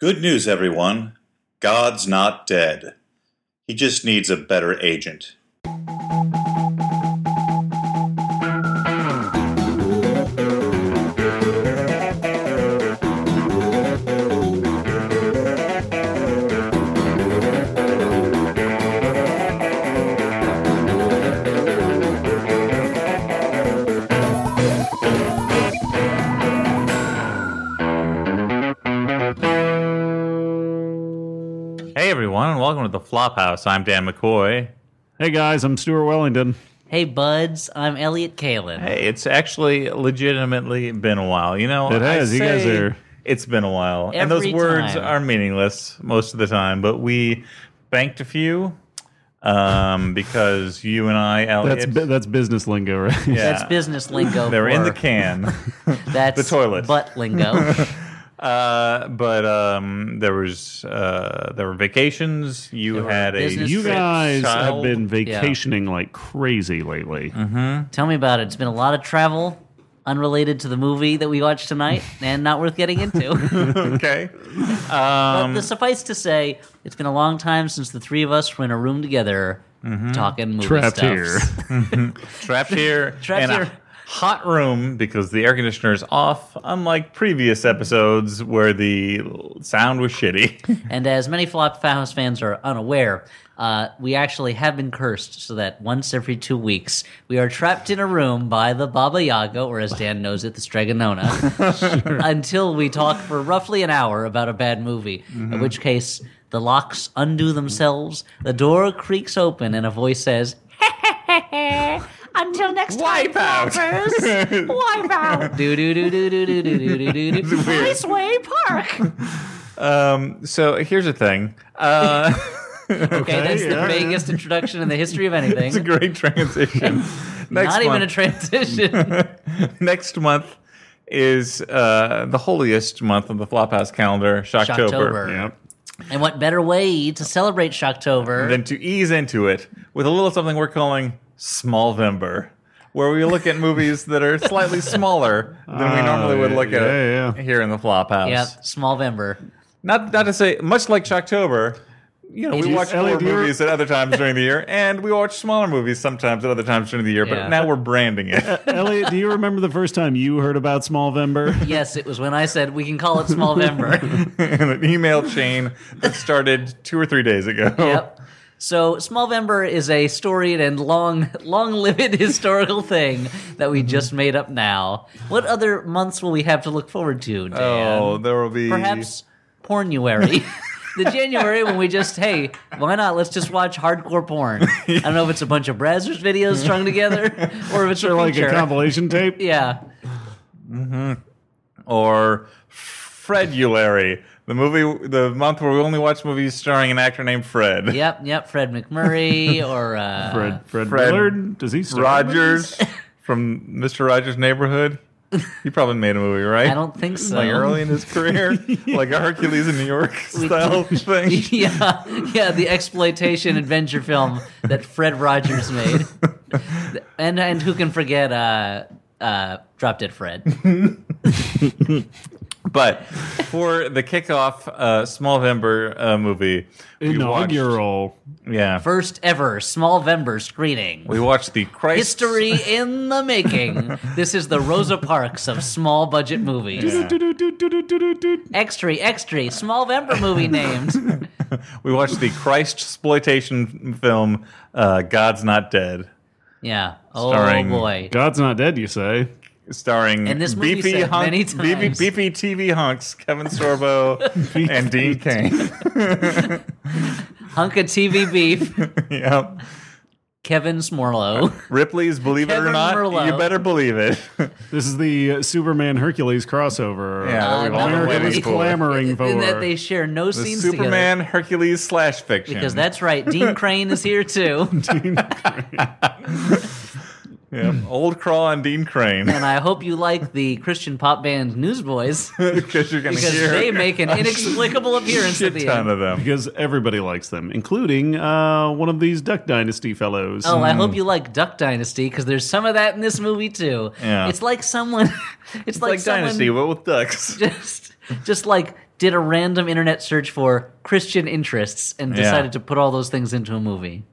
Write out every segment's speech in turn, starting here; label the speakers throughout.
Speaker 1: Good news, everyone. God's not dead. He just needs a better agent.
Speaker 2: Hey everyone, and welcome to the Flophouse. I'm Dan McCoy.
Speaker 3: Hey guys, I'm Stuart Wellington.
Speaker 4: Hey, buds, I'm Elliot Kalin.
Speaker 2: Hey, it's actually legitimately been a while. You know,
Speaker 3: It
Speaker 2: I
Speaker 3: has. You guys
Speaker 2: say
Speaker 3: are-
Speaker 2: It's been a while, and those
Speaker 4: Every
Speaker 2: words
Speaker 4: time.
Speaker 2: are meaningless most of the time. But we banked a few um, because you and I,
Speaker 3: That's
Speaker 2: Elliot,
Speaker 3: bu- that's business lingo, right? Yeah.
Speaker 4: That's business lingo.
Speaker 2: They're in the
Speaker 4: for-
Speaker 2: can,
Speaker 4: That's
Speaker 2: the toilet.
Speaker 4: Butt lingo.
Speaker 2: uh, but um, there was uh, there were vacations. You
Speaker 4: There were
Speaker 2: had a
Speaker 4: business
Speaker 3: You
Speaker 4: trips.
Speaker 3: guys have
Speaker 2: Child. Mm-hmm.
Speaker 3: been vacationing like crazy lately.
Speaker 4: Tell me about it. It's been a lot of travel, unrelated to the movie that we watched tonight, and not worth getting into.
Speaker 2: okay. Um,
Speaker 4: but the- suffice to say, it's been a long time since the three of us were in a room together
Speaker 2: Mm-hmm.
Speaker 4: talking movie
Speaker 3: Trapped
Speaker 4: stuff.
Speaker 3: here.
Speaker 2: trapped here
Speaker 4: Trapped
Speaker 2: in
Speaker 4: here.
Speaker 2: a hot room because the air conditioner is off unlike previous episodes where the sound was shitty
Speaker 4: And as many Flop House fans are unaware, uh, we actually have been cursed so that once every two weeks we are trapped in a room by the Baba Yaga, or as Dan knows it, the Stregonona, until we talk for roughly an hour about a bad movie, in which case the locks undo themselves, the door creaks open, and a voice says,
Speaker 5: Until next
Speaker 2: Wipe
Speaker 5: time,
Speaker 2: out.
Speaker 5: floppers. Wipe out.
Speaker 4: do do do do do do do do do do do.
Speaker 5: Raceway Park.
Speaker 2: um, so here's the thing uh,
Speaker 4: Okay, that's the
Speaker 3: yeah.
Speaker 4: vaguest introduction in the history of anything.
Speaker 2: it's a great transition next
Speaker 4: Not even a
Speaker 2: month,
Speaker 4: transition.
Speaker 2: next month is uh, the holiest month of the flophouse calendar shocktober
Speaker 4: Shocktober.
Speaker 3: yep.
Speaker 4: And what better way to celebrate Shocktober
Speaker 2: than to ease into it with a little something we're calling Smallvember, where we look at movies that are slightly smaller than we
Speaker 3: Ah,
Speaker 2: normally would
Speaker 3: yeah,
Speaker 2: look at
Speaker 3: yeah, yeah.
Speaker 2: here in the flop house.
Speaker 4: Yep, Smallvember.
Speaker 2: Not not to say much like Shocktober, you know, we
Speaker 4: Jeez,
Speaker 2: watch
Speaker 3: Ellie,
Speaker 2: more
Speaker 3: do you-
Speaker 2: movies at other times during the year, and we watch smaller movies sometimes at other times during the year. But
Speaker 4: Yeah.
Speaker 2: now we're branding it.
Speaker 3: Elliot, do you remember the first time you heard about Smallvember?
Speaker 4: Yes, it was when I said we can call it Smallvember.
Speaker 2: in an email chain that started two or three days ago.
Speaker 4: yep. So Smallvember is a storied and long, long-lived historical thing that we just made up now. What other months will we have to look forward to, Dan?
Speaker 2: Oh, there will be
Speaker 4: Perhaps Pornuary. the January when we just, hey, why not? Let's just watch hardcore porn. I don't know if it's a bunch of Brazzers videos strung together or if it's a
Speaker 3: like a
Speaker 4: feature.
Speaker 3: compilation tape?
Speaker 4: yeah.
Speaker 2: or Fredulary, the movie, the month where we only watch movies starring an actor named Fred.
Speaker 4: Yep, yep. Fred McMurray or uh,
Speaker 3: Fred Fred,
Speaker 2: Fred
Speaker 3: Willard? Does he star
Speaker 2: Rogers from Mr. Rogers' Neighborhood. He probably made a movie, right?
Speaker 4: I don't think so.
Speaker 2: Like early in his career, like a Hercules in New York style thing.
Speaker 4: yeah, yeah, the exploitation adventure film that Fred Rogers made, and and who can forget uh, uh, Drop Dead Fred?
Speaker 2: But for the kickoff uh, Smallvember uh, movie, we watched-
Speaker 3: Inaugural.
Speaker 2: yeah,
Speaker 4: First ever Smallvember screening.
Speaker 2: we watched the Christ
Speaker 4: History in the making. This is the Rosa Parks of small budget movies.
Speaker 3: Do-do-do-do-do-do-do-do.
Speaker 4: Extra, extra, Smallvember movie named.
Speaker 2: We watched the Christ exploitation film uh, God's Not Dead,
Speaker 4: Yeah. Oh
Speaker 2: Starring-
Speaker 4: boy.
Speaker 3: God's not dead, you say?
Speaker 2: starring
Speaker 4: And this movie
Speaker 2: beefy,
Speaker 4: said
Speaker 2: hunk,
Speaker 4: many
Speaker 2: beefy,
Speaker 4: times.
Speaker 2: beefy TV hunks Kevin Sorbo and Dean Kane.
Speaker 4: Hunk of TV beef.
Speaker 2: yep.
Speaker 4: Kevin Smorlow.
Speaker 2: Ripley's Believe It or
Speaker 4: Kevin
Speaker 2: Not.
Speaker 4: Merlo.
Speaker 2: You better believe it.
Speaker 3: This is the uh, Superman Hercules crossover.
Speaker 4: Uh,
Speaker 2: Yeah. that we've all been
Speaker 3: America was
Speaker 2: waiting for.
Speaker 3: clamoring for.
Speaker 4: in that they share no
Speaker 2: The
Speaker 4: scenes together.
Speaker 2: Superman Hercules slash fiction.
Speaker 4: Because that's right, Dean Crane is here too,
Speaker 2: Yep. Old Crawl and Dean Crane.
Speaker 4: and I hope you like the Christian pop band Newsboys
Speaker 2: because you're going to
Speaker 4: because they
Speaker 2: hear
Speaker 4: make an inexplicable
Speaker 2: a
Speaker 4: appearance at
Speaker 2: shit
Speaker 4: the
Speaker 2: ton
Speaker 4: end.
Speaker 2: of them.
Speaker 3: because everybody likes them, including uh, one of these Duck Dynasty fellows.
Speaker 4: Oh, I hope you like Duck Dynasty because there's some of that in this movie too.
Speaker 2: Yeah.
Speaker 4: It's like someone, it's,
Speaker 2: Like,
Speaker 4: like, someone
Speaker 2: Dynasty, but with ducks.
Speaker 4: just just like did a random internet search for Christian interests and
Speaker 2: Yeah.
Speaker 4: decided to put all those things into a movie.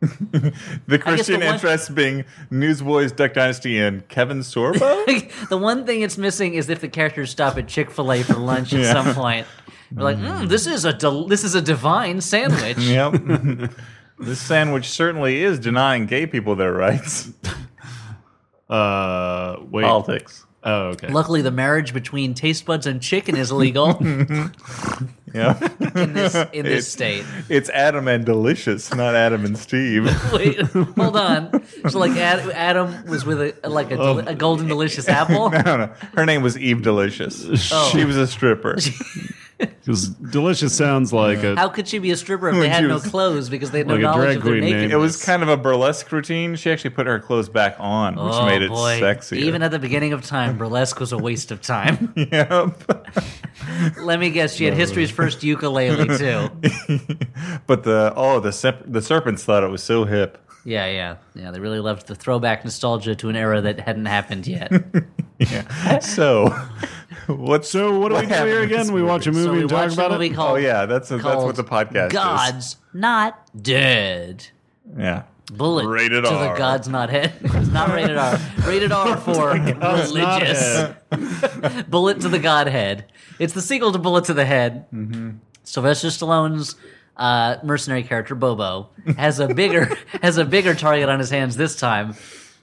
Speaker 2: The
Speaker 4: guess the
Speaker 2: Christian
Speaker 4: one-
Speaker 2: interests being Newsboys, Duck Dynasty, and Kevin Sorbo.
Speaker 4: the one thing it's missing is if the characters stop at Chick Fil A for lunch at
Speaker 2: Yeah.
Speaker 4: some point. We're like, mm, this is a del- this is a divine sandwich.
Speaker 2: yep. this sandwich certainly is denying gay people their rights.
Speaker 3: Uh, wait.
Speaker 2: Politics.
Speaker 3: Oh, okay.
Speaker 4: Luckily, the marriage between taste buds and chicken is illegal in
Speaker 2: Yeah.
Speaker 4: this in this
Speaker 2: It's-
Speaker 4: state.
Speaker 2: It's Adam and Delicious, not Adam and Steve.
Speaker 4: Wait, hold on. So, like, Ad- Adam was with a like a, del- a golden
Speaker 2: Oh.
Speaker 4: delicious apple.
Speaker 2: I don't know. Her name was Eve Delicious.
Speaker 4: Oh.
Speaker 2: She was a stripper.
Speaker 3: Because delicious sounds like a.
Speaker 4: How could she be a stripper if
Speaker 2: When
Speaker 4: they
Speaker 2: she
Speaker 4: had no
Speaker 2: was-
Speaker 4: clothes because they had no
Speaker 3: Like a
Speaker 4: knowledge
Speaker 3: drag
Speaker 4: of their
Speaker 3: queen name.
Speaker 4: nakedness?
Speaker 2: It was kind of a burlesque routine. She actually put her clothes back on, which
Speaker 4: Oh,
Speaker 2: made it
Speaker 4: boy.
Speaker 2: sexier.
Speaker 4: Even at the beginning of time, burlesque was a waste of time.
Speaker 2: Yep.
Speaker 4: Let me guess, she had history's first ukulele too.
Speaker 2: But the oh, the sep- the serpents thought it was so hip.
Speaker 4: Yeah, yeah, yeah. They really loved the throwback nostalgia to an era that hadn't happened yet.
Speaker 2: So, what's
Speaker 3: so what do we do
Speaker 2: happened
Speaker 3: here
Speaker 2: in this
Speaker 3: again? We watch a movie
Speaker 4: so we
Speaker 3: and talk
Speaker 4: watched
Speaker 3: about
Speaker 4: a movie
Speaker 3: it.
Speaker 4: called
Speaker 2: Oh yeah, that's that's
Speaker 4: called
Speaker 2: what the podcast is.
Speaker 4: God's Not Dead.
Speaker 2: Yeah.
Speaker 4: Bullet
Speaker 2: Rated
Speaker 4: to
Speaker 2: R.
Speaker 4: the God's Not Head. it's not rated R. Rated R for
Speaker 3: not
Speaker 4: religious. Bullet to the Godhead. It's the sequel to Bullet to the Head.
Speaker 2: Mm-hmm.
Speaker 4: Sylvester Stallone's uh, mercenary character Bobo has a bigger has a bigger target on his hands this time.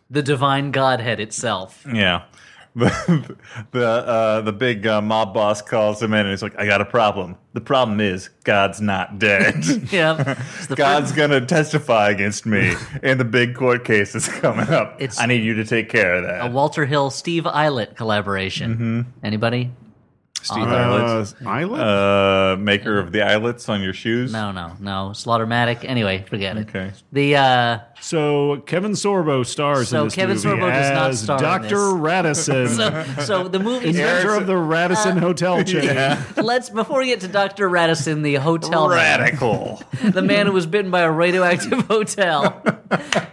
Speaker 4: The divine Godhead itself.
Speaker 2: Yeah. The the, uh, the big uh, mob boss calls him in and he's like, "I got a problem. The problem is God's not dead.
Speaker 4: Yeah, It's the
Speaker 2: God's
Speaker 4: first-
Speaker 2: gonna testify against me, and the big court case is coming up.
Speaker 4: It's-
Speaker 2: I need you to take care of
Speaker 4: a
Speaker 2: that."
Speaker 4: Walter Hill Steve Eilert collaboration.
Speaker 2: Mm-hmm.
Speaker 4: Anybody?
Speaker 2: Steve
Speaker 3: Uh,
Speaker 2: Islets,
Speaker 3: Islet?
Speaker 2: uh, maker of the eyelets on your shoes.
Speaker 4: No, no, no. Slaughtermatic. Anyway, forget it.
Speaker 2: Okay.
Speaker 4: The uh,
Speaker 3: so Kevin Sorbo stars
Speaker 4: So
Speaker 3: in this
Speaker 4: Kevin
Speaker 3: movie
Speaker 4: Sorbo does not
Speaker 3: as
Speaker 4: star in
Speaker 3: Dr.
Speaker 4: this.
Speaker 3: Radisson,
Speaker 4: so Uh, so the movie.
Speaker 3: inventor
Speaker 2: Harrison-
Speaker 3: of the Radisson Hotel chain.
Speaker 4: Let's before we get to Doctor Radisson, the hotel man,
Speaker 2: Radical.
Speaker 4: the man who was bitten by a radioactive hotel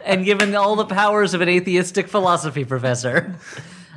Speaker 4: and given all the powers of an atheistic philosophy professor.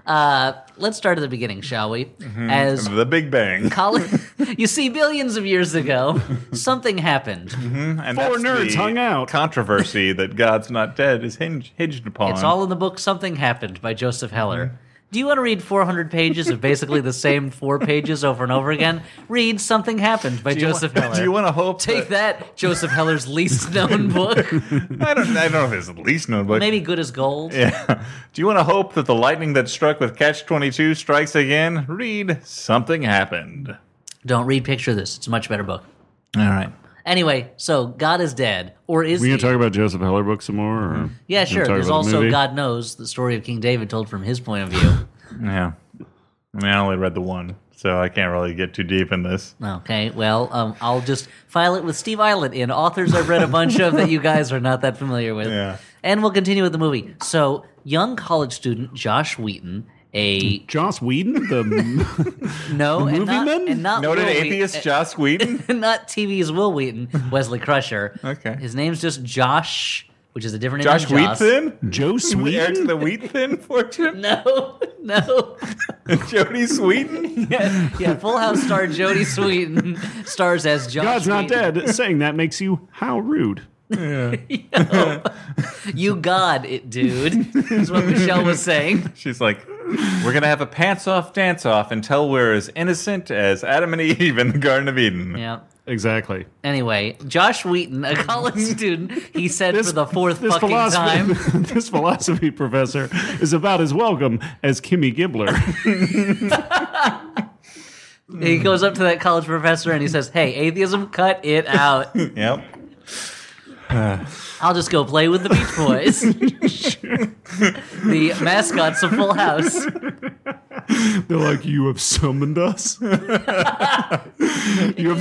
Speaker 4: Uh, let's start at the beginning, shall we? As
Speaker 2: Mm-hmm. the Big Bang.
Speaker 4: Colin, you see, billions of years ago, something happened.
Speaker 2: And
Speaker 3: Four
Speaker 2: that's
Speaker 3: nerds
Speaker 2: the
Speaker 3: hung out.
Speaker 2: Controversy that God's not dead is hinge, hinged upon.
Speaker 4: It's all in the book Something Happened by Joseph Heller.
Speaker 3: Mm-hmm.
Speaker 4: Do you want to read 400 pages of basically the same four pages over and over again? Read Something Happened by
Speaker 2: you
Speaker 4: Joseph
Speaker 2: want,
Speaker 4: Heller.
Speaker 2: Do you want to hope?
Speaker 4: Take that, Joseph Heller's least known book.
Speaker 2: I don't. I don't know if it's at least known, but
Speaker 4: Maybe Good as Gold.
Speaker 2: Yeah. Do you want to hope that the lightning that struck with Catch Twenty Two strikes again? Read something happened.
Speaker 4: Don't read Picture This. It's a much better book.
Speaker 2: All right.
Speaker 4: Anyway, so God is dead, or is
Speaker 3: We
Speaker 4: he?
Speaker 3: gonna talk about Joseph Heller book some more? Or
Speaker 4: yeah,
Speaker 3: Gonna
Speaker 4: sure.
Speaker 3: talk
Speaker 4: There's
Speaker 3: about the
Speaker 4: also
Speaker 3: movie?
Speaker 4: God knows the story of King David told from his point of view.
Speaker 2: Yeah. I mean, I only read the one, so I can't really get too deep in this.
Speaker 4: okay, well, um, I'll just file it with Steve Islet in authors I've read a bunch of that you guys are not that familiar with.
Speaker 2: Yeah.
Speaker 4: And we'll continue with the movie. So, young college student Josh Wheaton, a
Speaker 3: Joss Whedon, the
Speaker 4: no, and not,
Speaker 3: Movieman?
Speaker 4: and not Uh,
Speaker 2: Noted
Speaker 4: Will Wheaton-
Speaker 2: atheist Joss Whedon.
Speaker 4: not TV's Will Wheaton, Wesley Crusher.
Speaker 2: Okay.
Speaker 4: His name's just Josh, which is a different name.
Speaker 2: Josh
Speaker 4: than Joss.
Speaker 2: Wheaton.
Speaker 3: Joe
Speaker 2: Eric
Speaker 3: Sweden.
Speaker 2: the Wheaton fortune.
Speaker 4: No, no.
Speaker 2: Jody Sweeten.
Speaker 4: Yeah, yeah, Full House star Jodie Sweetin stars as Josh.
Speaker 3: God's not
Speaker 4: Wheaton.
Speaker 3: dead. Saying that makes you how rude.
Speaker 4: You God it, dude. Is what Michelle was saying.
Speaker 2: She's like, we're going to have a pants off dance off until we're as innocent as Adam and Eve in the Garden of Eden.
Speaker 4: Yeah.
Speaker 3: Exactly.
Speaker 4: Anyway, Josh Wheaton, a college student, he said for the fourth
Speaker 3: this
Speaker 4: fucking
Speaker 3: philosophy,
Speaker 4: time.
Speaker 3: this philosophy professor is about as welcome as Kimmy Gibbler.
Speaker 4: He goes up to that college professor and he says, Hey, atheism, cut it out.
Speaker 2: Yep.
Speaker 4: I'll just go play with the Beach Boys. the mascots of Full House.
Speaker 3: They're like, you have summoned us. you have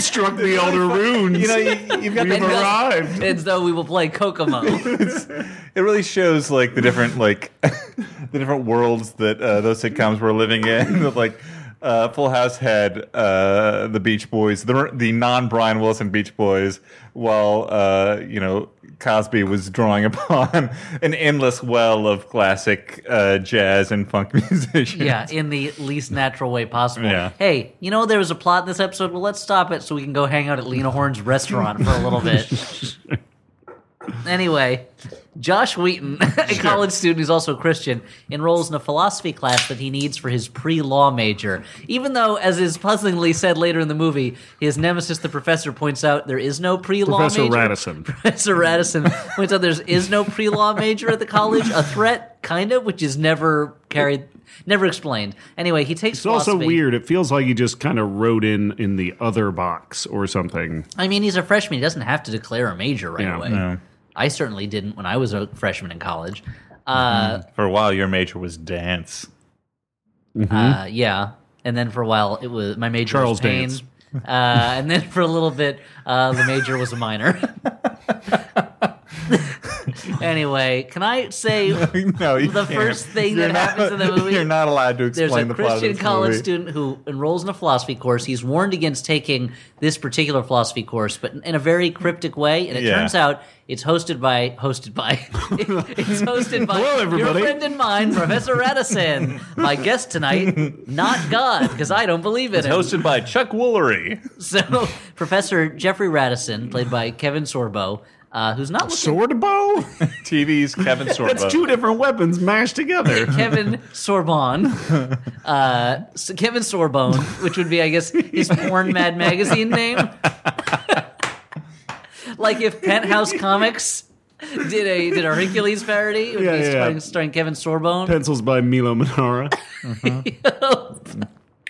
Speaker 3: struck the elder runes.
Speaker 2: You know, you, you've got
Speaker 3: We've
Speaker 2: the,
Speaker 3: arrived.
Speaker 4: It's though we will play Kokomo.
Speaker 2: it really shows like the different like the different worlds that uh, those sitcoms were living in. That like uh, Full House had uh, the Beach Boys, the the non Brian Wilson Beach Boys, while uh, you know Cosby was drawing upon an endless well of classic uh, jazz and funk musicians.
Speaker 4: Yeah, in the least natural way possible.
Speaker 2: Yeah.
Speaker 4: Hey, you know there was a plot in this episode. Well, let's stop it so we can go hang out at Lena Horne's restaurant for a little bit. anyway, Josh Wheaton, a college student who's also a Christian, enrolls in a philosophy class that he needs for his pre-law major. Even though, as is puzzlingly said later in the movie, his nemesis, the professor, points out there is no pre-law
Speaker 3: Professor
Speaker 4: major.
Speaker 3: Radisson.
Speaker 4: Professor Radisson points out there is no pre law major at the college, a threat, kind of, which is never carried, never explained. Anyway, he takes
Speaker 3: It's also
Speaker 4: philosophy.
Speaker 3: weird. It feels like he just kind of wrote in in the other box or something.
Speaker 4: I mean, he's a freshman. He doesn't have to declare a major right
Speaker 3: Yeah,
Speaker 4: away. I certainly didn't when I was a freshman in college. Uh,
Speaker 2: For a while, your major was dance.
Speaker 4: uh, yeah. And then for a while, it was my major
Speaker 3: Mm-hmm. Charles
Speaker 4: was pain.
Speaker 3: Dance.
Speaker 4: Uh, and then for a little bit, uh, the major was a minor. anyway, can I say
Speaker 2: no, you
Speaker 4: The
Speaker 2: can't.
Speaker 4: first thing
Speaker 2: You're
Speaker 4: that
Speaker 2: not-
Speaker 4: happens in the movie-
Speaker 2: You're not allowed to
Speaker 4: there's
Speaker 2: explain
Speaker 4: a
Speaker 2: the plot. of
Speaker 4: Christian
Speaker 2: this
Speaker 4: college
Speaker 2: movie.
Speaker 4: student who enrolls in a philosophy course. He's warned against taking this particular philosophy course, but in a very cryptic way. And it
Speaker 2: Yeah.
Speaker 4: turns out it's hosted by hosted by it's hosted by
Speaker 3: Hello, everybody.
Speaker 4: your friend and mine, Professor Radisson. My guest tonight, not God, because I don't believe in him.
Speaker 2: hosted by Chuck Woolery.
Speaker 4: so Professor Jeffrey Radisson, played by Kevin Sorbo, uh, who's not looking
Speaker 3: Sword bow?
Speaker 2: TV's Kevin Sorbo.
Speaker 3: That's two different weapons mashed together.
Speaker 4: Kevin Sorbonne, uh, S- Kevin Sorbonne, which would be, I guess, his porn mad magazine name. like if Penthouse Comics did a did a Hercules parody, it would
Speaker 3: Yeah,
Speaker 4: be
Speaker 3: yeah,
Speaker 4: starring,
Speaker 3: yeah.
Speaker 4: starring Kevin Sorbonne.
Speaker 3: Pencils by Milo Manara.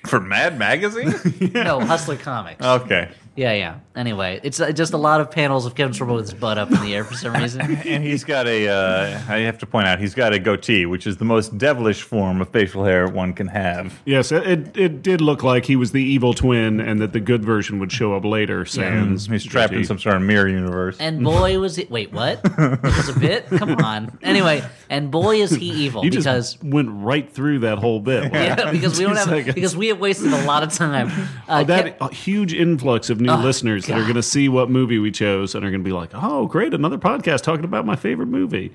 Speaker 2: for Mad Magazine.
Speaker 4: No, Hustler
Speaker 3: Uh.
Speaker 4: Comics.
Speaker 2: okay,
Speaker 4: yeah, yeah. Anyway, it's uh, just a lot of panels of Kevin Sorbonne with his butt up in the air for some reason.
Speaker 2: and he's got a. Uh, I have to point out he's got a goatee, which is the most devilish form of facial hair one can have.
Speaker 3: Yes, it, it it did look like he was the evil twin, and that the good version would show up later. Sans
Speaker 2: He's trapped in
Speaker 3: goatee.
Speaker 2: some sort of mirror universe.
Speaker 4: And boy was it wait, what? It was a bit? Come on. Anyway, and boy is he evil
Speaker 3: You just
Speaker 4: because
Speaker 3: went right through that whole bit.
Speaker 4: Yeah, because we don't
Speaker 3: Two
Speaker 4: have
Speaker 3: seconds.
Speaker 4: because we have wasted a lot of time. Uh,
Speaker 3: that
Speaker 4: Kev-
Speaker 3: uh, huge influx of new
Speaker 4: Oh,
Speaker 3: listeners that are going to see what movie we chose and are going to be like, "Oh, great, another podcast talking about my favorite movie."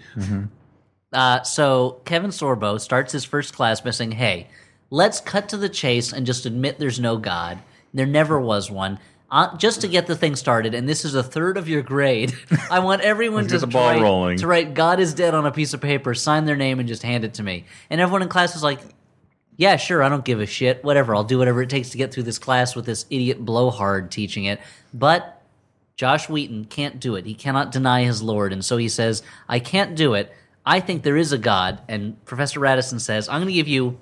Speaker 4: uh, so Kevin Sorbo starts his first class by saying, "Hey, let's cut to the chase and just admit there's no God. There never was one." Uh, just to get the thing started, and this is a third of your grade. I want everyone
Speaker 2: Let's
Speaker 4: to,
Speaker 2: get the ball
Speaker 4: write,
Speaker 2: rolling.
Speaker 4: to write "God is dead" on a piece of paper, sign their name, and just hand it to me. And everyone in class was like, yeah, sure, I don't give a shit. Whatever, I'll do whatever it takes to get through this class with this idiot blowhard teaching it. But Josh Wheaton can't do it. He cannot deny his Lord. And so he says, I can't do it. I think there is a God. And Professor Radisson says, I'm going to give you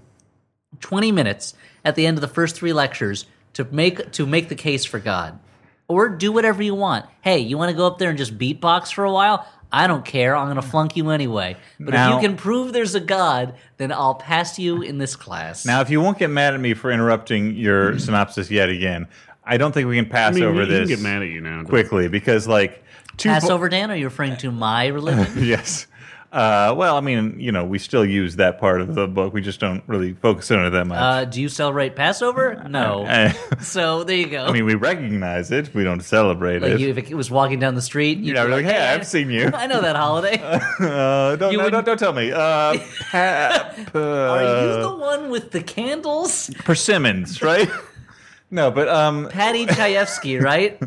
Speaker 4: 20 minutes at the end of the first three lectures to make to make the case for God. Or do whatever you want. Hey, you want to go up there and just beatbox for a while? I don't care. I'm going to flunk you anyway. But
Speaker 2: Now-
Speaker 4: if you can prove there's a God, then I'll pass you in this class.
Speaker 2: Now, if you won't get mad at me for interrupting your synopsis yet again, I don't think we can pass
Speaker 3: I mean,
Speaker 2: over
Speaker 3: you, you
Speaker 2: this
Speaker 3: can get mad at you now.
Speaker 2: quickly because, like, two po-
Speaker 4: Passover Dan, are you referring to my religion?
Speaker 2: yes. Uh, well, I mean, you know, we still use that part of the book. We just don't really focus on it that much.
Speaker 4: Uh, do you celebrate Passover? No.
Speaker 2: I,
Speaker 4: So there you go.
Speaker 2: I mean, we recognize it. We don't celebrate
Speaker 4: like
Speaker 2: it.
Speaker 4: you, if it was walking down the street, you'd
Speaker 2: know,
Speaker 4: be
Speaker 2: like, "Hey,
Speaker 4: I-
Speaker 2: I've seen you."
Speaker 4: I know that holiday.
Speaker 2: Uh, don't,
Speaker 4: You
Speaker 2: no,
Speaker 4: wouldn't-
Speaker 2: don't, don't tell me. Uh, pa- pa-
Speaker 4: Are you the one with the candles?
Speaker 2: persimmons, right? no, but um,
Speaker 4: Patty Chayefsky, right?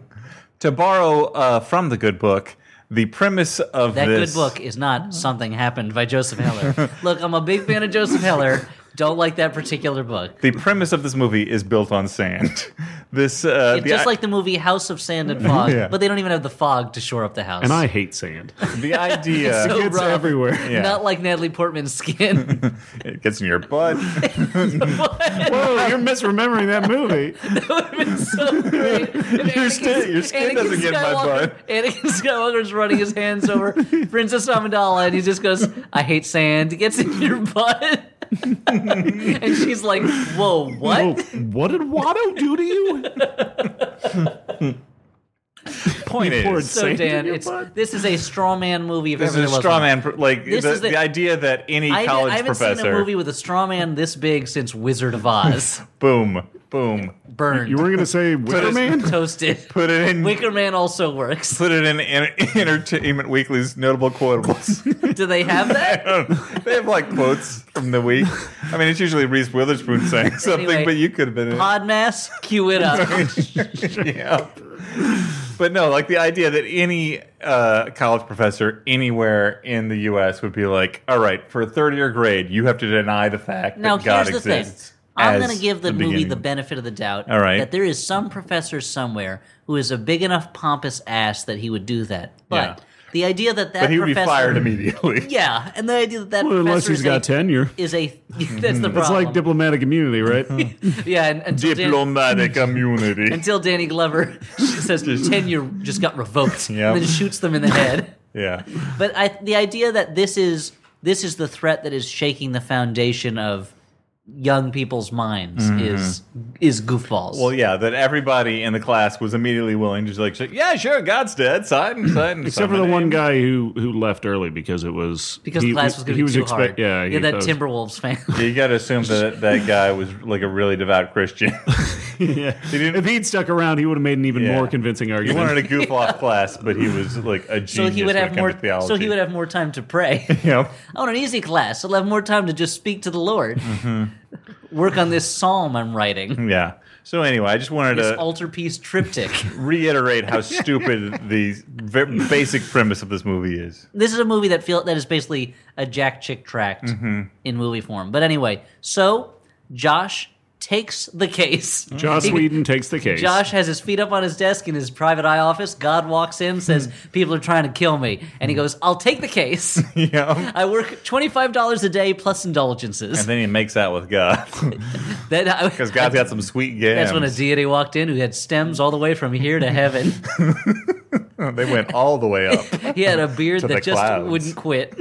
Speaker 2: to borrow uh, from the good book, the premise of
Speaker 4: That
Speaker 2: this
Speaker 4: good book is not Something Happened by Joseph Heller. Look, I'm a big fan of Joseph Heller. Don't like that particular book.
Speaker 2: the premise of this movie is built on sand. this uh,
Speaker 4: It's
Speaker 2: the,
Speaker 4: just
Speaker 2: i-
Speaker 4: like the movie House of Sand and Fog,
Speaker 2: Yeah.
Speaker 4: but they don't even have the fog to shore up the house.
Speaker 3: And I hate sand.
Speaker 2: the idea.
Speaker 4: so-
Speaker 3: it's
Speaker 4: rough.
Speaker 3: everywhere.
Speaker 2: yeah.
Speaker 4: Not like Natalie Portman's skin.
Speaker 2: it gets in your butt.
Speaker 3: Whoa, you're misremembering that movie.
Speaker 4: It's so great. And
Speaker 2: Your skin-
Speaker 4: Anakin-
Speaker 2: your skin doesn't
Speaker 4: Anakin
Speaker 2: get in my
Speaker 4: Skywalker-
Speaker 2: butt.
Speaker 4: Anakin Skywalker's running his hands over Princess Amidala, and he just goes, "I hate sand." Gets in your butt, and she's like, "Whoa, what?"
Speaker 3: Whoa, what did Watto do to you?
Speaker 2: point
Speaker 3: You poured
Speaker 2: is,
Speaker 4: So
Speaker 3: Sand in
Speaker 4: Dan,
Speaker 3: your
Speaker 4: it's
Speaker 3: butt?
Speaker 4: this is a straw man movie. If
Speaker 2: this
Speaker 4: ever
Speaker 2: is a
Speaker 4: there was
Speaker 2: straw
Speaker 4: one.
Speaker 2: man. pr- Like the,
Speaker 4: This
Speaker 2: the,
Speaker 4: is the-
Speaker 2: idea that any
Speaker 4: I,
Speaker 2: college
Speaker 4: I haven't
Speaker 2: professor,
Speaker 4: seen a movie with a straw man this big since Wizard of Oz.
Speaker 2: boom, boom,
Speaker 4: Burned,
Speaker 3: You weren't going to say Wicker
Speaker 2: it's-
Speaker 3: Man?
Speaker 4: toasted.
Speaker 2: put it in,
Speaker 4: Wicker Man also works.
Speaker 2: put it in, Enter- Entertainment Weekly's notable quotables.
Speaker 4: Do they have that?
Speaker 2: they have like quotes from the week. I mean, it's usually Reese Witherspoon saying something,
Speaker 4: Anyway,
Speaker 2: but you could have been in. it.
Speaker 4: Podmas, cue it up.
Speaker 2: yeah. But no, like the idea that any uh, college professor anywhere in the U.S. would be like, "All right, for a third-year grade, you have to deny the fact
Speaker 4: Now
Speaker 2: that God
Speaker 4: here's the
Speaker 2: exists."
Speaker 4: thing. I'm
Speaker 2: as
Speaker 4: going to give the, movie
Speaker 2: beginning.
Speaker 4: the benefit of the doubt.
Speaker 2: All right.
Speaker 4: That there is some professor somewhere who is a big enough pompous ass that he would do that. But
Speaker 2: Yeah.
Speaker 4: the idea that that
Speaker 2: but he would be
Speaker 4: professor
Speaker 2: fired immediately.
Speaker 4: Yeah, and the idea that that
Speaker 3: Well, unless
Speaker 4: professor
Speaker 3: he's
Speaker 4: is
Speaker 3: got
Speaker 4: a,
Speaker 3: tenure.
Speaker 4: is a that's the problem.
Speaker 3: It's like diplomatic immunity,
Speaker 4: Uh-huh.
Speaker 3: right?
Speaker 4: yeah, and, until, Dan,
Speaker 2: Diplomatic immunity.
Speaker 4: until Danny Glover says tenure just got revoked,
Speaker 2: Yep.
Speaker 4: and then shoots them in the head.
Speaker 2: yeah,
Speaker 4: But I, the idea that this is this is the threat that is shaking the foundation of young people's minds
Speaker 3: Mm-hmm.
Speaker 4: is is goofballs.
Speaker 2: well, yeah. That everybody in the class was immediately willing to just like, say, "Yeah, sure, God's dead." Sign, sign.
Speaker 3: Except for the one guy who, who left early because it was
Speaker 4: because the class was going to
Speaker 3: he
Speaker 4: be too
Speaker 3: expect-
Speaker 4: hard.
Speaker 3: Yeah, he
Speaker 4: that
Speaker 3: thought-
Speaker 4: Timberwolves fan.
Speaker 2: You got to assume that that guy was like a really devout Christian.
Speaker 3: yeah.
Speaker 2: didn't-
Speaker 3: If he'd stuck around, he would have made an even
Speaker 2: Yeah.
Speaker 3: more convincing
Speaker 2: He
Speaker 3: argument.
Speaker 2: wanted to goof off class, but he was like a genius.
Speaker 4: so he would
Speaker 2: when it
Speaker 4: have
Speaker 2: came
Speaker 4: more.
Speaker 2: To theology.
Speaker 4: So he would have more time to pray.
Speaker 2: Yeah.
Speaker 4: I want an easy class. I'll have more time to just speak to the Lord.
Speaker 3: Mm-hmm.
Speaker 4: Work on this psalm I'm writing.
Speaker 2: Yeah. So anyway, I just wanted
Speaker 3: Uh,
Speaker 4: This
Speaker 2: to
Speaker 4: altarpiece triptych.
Speaker 2: reiterate how stupid the ve- basic premise of this movie is.
Speaker 4: this is a movie that feel that is basically a Jack Chick tract
Speaker 2: Mm-hmm.
Speaker 4: in movie form. But anyway, so Josh takes the case.
Speaker 3: Josh
Speaker 4: He-
Speaker 3: Whedon takes the case.
Speaker 4: Josh has his feet up on his desk in his private eye office. God walks in, says, "People are trying to kill me," and he goes, "I'll take the case.
Speaker 2: Mm-hmm. Yeah.
Speaker 4: I work twenty five dollars a day plus indulgences."
Speaker 2: And then he makes out with God
Speaker 4: That I-
Speaker 2: because God's got some sweet gams.
Speaker 4: That's when a deity walked in who had stems all the way from here to heaven.
Speaker 2: they went all the way up.
Speaker 4: He had a beard
Speaker 2: To the
Speaker 4: that just
Speaker 2: clouds.
Speaker 4: wouldn't quit.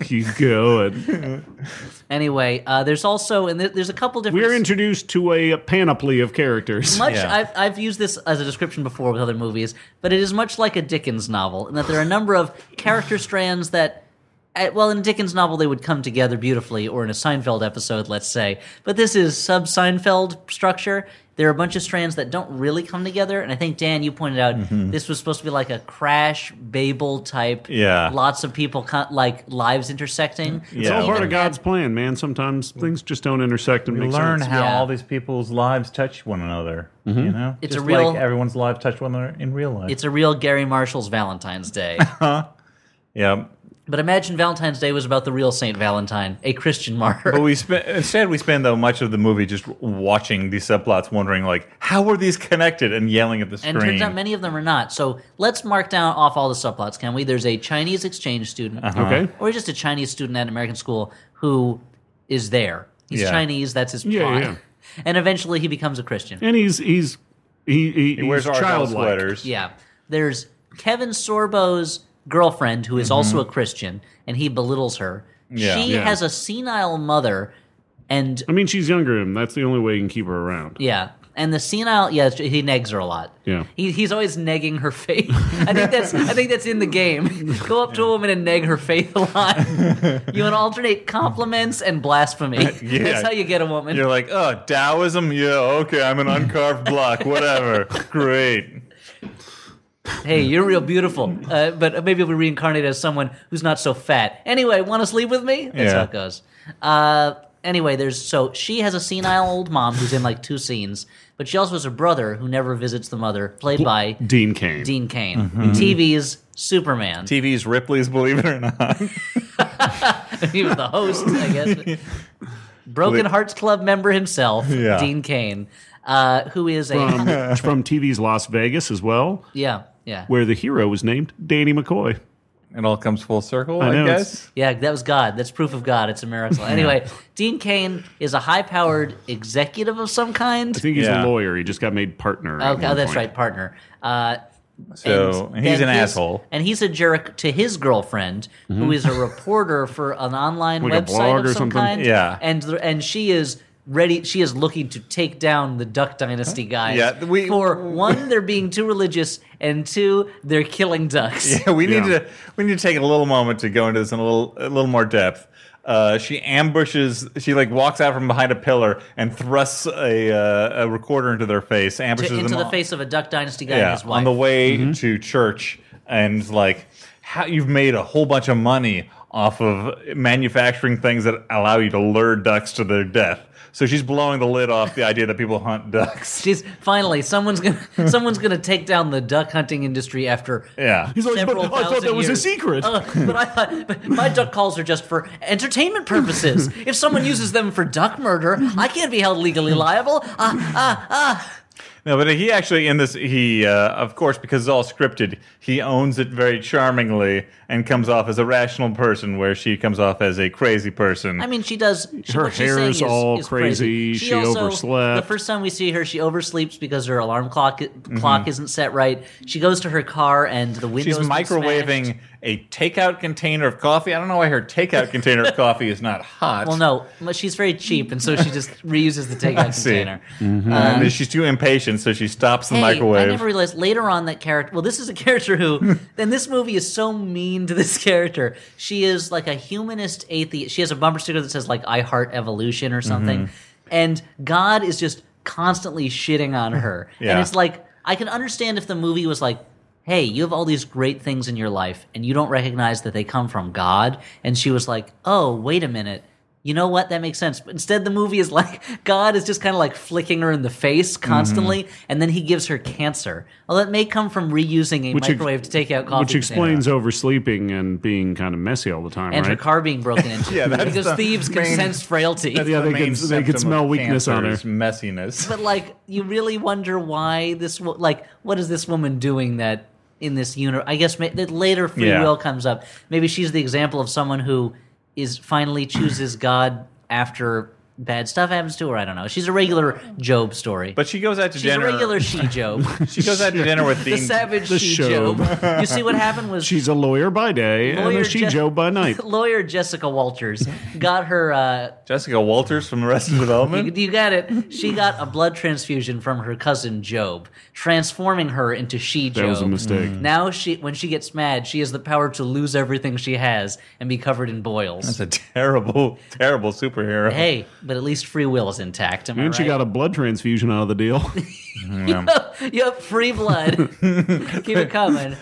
Speaker 3: Keep going.
Speaker 4: Anyway, uh, there's also and there- there's a couple different.
Speaker 3: We're introduced to a panoply of characters.
Speaker 4: much
Speaker 2: Yeah.
Speaker 4: I've, I've used this as a description before with other movies, but it is much like a Dickens novel in that there are a number of character strands that. eh, Well, in a Dickens novel, they would come together beautifully, or in a Seinfeld episode, let's say. But this is sub Seinfeld structure. There are a bunch of strands that don't really come together. And I think, Dan, you pointed out
Speaker 2: Mm-hmm.
Speaker 4: this was supposed to be like a crash, Babel type.
Speaker 2: Yeah. Mm-hmm.
Speaker 4: Lots of people, co- like lives intersecting.
Speaker 3: It's all
Speaker 2: Yeah.
Speaker 3: part of God's plan, man. Sometimes things just don't intersect and
Speaker 2: You
Speaker 3: make
Speaker 2: learn
Speaker 3: sense.
Speaker 2: how
Speaker 4: Yeah.
Speaker 2: all these people's lives touch one another. You know,
Speaker 4: It's
Speaker 2: just
Speaker 4: a real-
Speaker 2: like everyone's lives touch one another in real life.
Speaker 4: It's a real Gary Marshall's Valentine's Day.
Speaker 2: yeah.
Speaker 4: But imagine Valentine's Day was about the real Saint Valentine, a Christian
Speaker 2: But
Speaker 4: martyr.
Speaker 2: we spent instead we spend though much of the movie just watching these subplots, wondering like how are these connected, and yelling at the screen.
Speaker 4: And turns out many of them are not. So let's mark down off all the subplots, can we? There's a Chinese exchange student,
Speaker 3: Okay.
Speaker 4: or just a Chinese student at an American school who is there. He's
Speaker 2: Yeah.
Speaker 4: Chinese. That's his plot.
Speaker 3: Yeah, yeah.
Speaker 4: And eventually he becomes a Christian.
Speaker 3: And he's he's he, he,
Speaker 2: he wears
Speaker 3: he's
Speaker 2: our
Speaker 3: childlike.
Speaker 2: sweaters.
Speaker 4: Yeah. There's Kevin Sorbo's girlfriend, who is also a Christian, and he belittles her.
Speaker 2: Yeah.
Speaker 4: She
Speaker 3: Yeah.
Speaker 4: has a senile mother, and
Speaker 3: I mean, she's younger than him. That's the only way you can keep her around.
Speaker 4: Yeah. And the senile, yeah, he negs her a lot.
Speaker 3: Yeah.
Speaker 4: he, he's always negging her faith. I think that's I think that's in the game. Go up to a woman and neg her faith a lot. You want to alternate compliments and blasphemy.
Speaker 2: Yeah.
Speaker 4: That's how you get a woman.
Speaker 2: You're like, oh, Taoism? Yeah, okay, I'm an uncarved block, whatever. Great.
Speaker 4: Hey, you're real beautiful, uh, but maybe we reincarnate as someone who's not so fat. Anyway, want to sleep with me? That's
Speaker 2: Yeah.
Speaker 4: how it goes. Uh, anyway, there's so she has a senile old mom who's in like two scenes, but she also has a brother who never visits the mother, played by
Speaker 3: Dean Kane.
Speaker 4: Dean Kane.
Speaker 3: Mm-hmm.
Speaker 4: TV's Superman.
Speaker 2: TV's Ripley's, believe it or not.
Speaker 4: he was the host, I guess. Broken Hearts Club member himself,
Speaker 2: Yeah.
Speaker 4: Dean Kane, uh, who is a
Speaker 3: From, from TV's Las Vegas as well,
Speaker 4: yeah, yeah,
Speaker 3: where the hero was named Danny McCoy.
Speaker 2: It all comes full circle,
Speaker 3: I
Speaker 2: I,
Speaker 3: know,
Speaker 2: guess.
Speaker 4: yeah. That was God. That's proof of God. It's a miracle. Anyway, Dean Kane is a high-powered executive of some kind.
Speaker 3: I think he's
Speaker 2: Yeah.
Speaker 3: a lawyer. He just got made partner. at
Speaker 4: Oh,
Speaker 3: one
Speaker 4: oh, that's
Speaker 3: point.
Speaker 4: right, partner. Uh,
Speaker 2: So
Speaker 4: and
Speaker 2: he's
Speaker 4: then
Speaker 2: an asshole. Mm-hmm.
Speaker 4: and he's a jerk to his girlfriend, who is a reporter for an online
Speaker 3: Like a
Speaker 4: website
Speaker 3: blog
Speaker 4: of
Speaker 3: or
Speaker 4: some
Speaker 3: something?
Speaker 4: kind.
Speaker 2: Yeah.
Speaker 4: and the- and she is ready. She is looking to take down the Duck Dynasty guys.
Speaker 2: Yeah, we-
Speaker 4: for one, they're being too religious, and two, they're killing ducks.
Speaker 2: Yeah, we need
Speaker 3: Yeah.
Speaker 2: to we need to take a little moment to go into this in a little a little more depth. Uh, she ambushes. She like walks out from behind a pillar and thrusts a, uh, a recorder into their face.
Speaker 4: To-
Speaker 2: Ambushes
Speaker 4: into
Speaker 2: them
Speaker 4: the
Speaker 2: on-
Speaker 4: face of a Duck Dynasty guy and
Speaker 2: Yeah,
Speaker 4: his wife.
Speaker 2: on the way to church and is like how you've made a whole bunch of money off of manufacturing things that allow you to lure ducks to their death. So she's blowing the lid off the idea that people hunt ducks.
Speaker 4: She's finally someone's gonna someone's gonna take down the duck hunting industry after
Speaker 2: Yeah.
Speaker 3: He's like,
Speaker 4: several
Speaker 3: but I thought
Speaker 4: thousand
Speaker 3: that was
Speaker 4: years.
Speaker 3: a secret.
Speaker 4: Uh, but I thought but my duck calls are just for entertainment purposes. if someone uses them for duck murder, I can't be held legally liable. Ah, ah, ah.
Speaker 2: No, but he actually in this he uh, of course because it's all scripted, he owns it very charmingly and comes off as a rational person, where she comes off as a crazy person.
Speaker 4: I mean, she does. She,
Speaker 3: Her
Speaker 4: what she's
Speaker 3: hair
Speaker 4: saying
Speaker 3: is all crazy. She
Speaker 4: also-
Speaker 3: overslept.
Speaker 4: The first time we see her, she oversleeps because her alarm clock
Speaker 3: Mm-hmm.
Speaker 4: clock isn't set right. She goes to her car and the
Speaker 2: She's
Speaker 4: windows.
Speaker 2: microwaving a takeout container of coffee. I don't know why her takeout container of coffee is not hot.
Speaker 4: Well, no, but she's very cheap, and so she just reuses the takeout
Speaker 2: see.
Speaker 4: container.
Speaker 3: Mm-hmm.
Speaker 2: Uh, she's too impatient, so she stops the
Speaker 4: Hey,
Speaker 2: microwave.
Speaker 4: I never realized later on that character. Well, this is a character who, and this movie is so mean to this character. She is like a humanist atheist. She has a bumper sticker that says like "I heart evolution" or something,
Speaker 2: Mm-hmm.
Speaker 4: and God is just constantly shitting on her.
Speaker 2: Yeah.
Speaker 4: And it's like I can understand if the movie was like. Hey, you have all these great things in your life, and you don't recognize that they come from God. And she was like, "Oh, wait a minute, you know what? That makes sense. But instead, the movie is like God is just kind of like flicking her in the face
Speaker 3: Mm-hmm.
Speaker 4: constantly, and then he gives her cancer. Well, that may come from reusing a
Speaker 3: Which ex-
Speaker 4: microwave to take out coffee.
Speaker 3: Which explains oversleeping and being kind of messy all the time,
Speaker 4: container. and
Speaker 3: right?
Speaker 4: her car being broken into
Speaker 2: Yeah, that's
Speaker 4: because
Speaker 2: the
Speaker 4: thieves can
Speaker 2: main-
Speaker 4: sense frailty.
Speaker 2: That's
Speaker 3: Yeah,
Speaker 2: the
Speaker 3: they
Speaker 2: main
Speaker 3: can- they can
Speaker 2: symptom
Speaker 3: smell
Speaker 2: of
Speaker 3: weakness on
Speaker 2: cancer
Speaker 3: her.
Speaker 2: is messiness.
Speaker 4: but like, you really wonder why this. wo- Like, what is this woman doing that in this universe? I guess ma- that later free
Speaker 2: Yeah.
Speaker 4: will comes up. Maybe she's the example of someone who is finally chooses God after bad stuff happens to her. I don't know. She's a regular Job story.
Speaker 2: But she goes out to
Speaker 4: She's
Speaker 2: dinner.
Speaker 4: a regular she Job.
Speaker 2: she goes out to dinner with
Speaker 4: the
Speaker 2: Dean.
Speaker 4: savage
Speaker 3: The
Speaker 4: she
Speaker 3: show.
Speaker 4: Job. You see what happened was
Speaker 3: She's a lawyer by day and
Speaker 4: lawyer
Speaker 3: a she
Speaker 4: Je-
Speaker 3: Joe by night.
Speaker 4: lawyer Jessica Walters got her. Uh,
Speaker 2: Jessica Walters from Arrested
Speaker 4: you,
Speaker 2: Development.
Speaker 4: you got it. She got a blood transfusion from her cousin Job, transforming her into she Job. Mm.
Speaker 3: That was a mistake.
Speaker 4: Now she, when she gets mad, she has the power to lose everything she has and be covered in boils.
Speaker 2: That's a terrible, terrible superhero.
Speaker 4: Hey, but at least free will is intact. Am I
Speaker 3: And she
Speaker 4: right?
Speaker 3: got a blood transfusion out of the deal.
Speaker 4: yep, free blood. Keep it coming.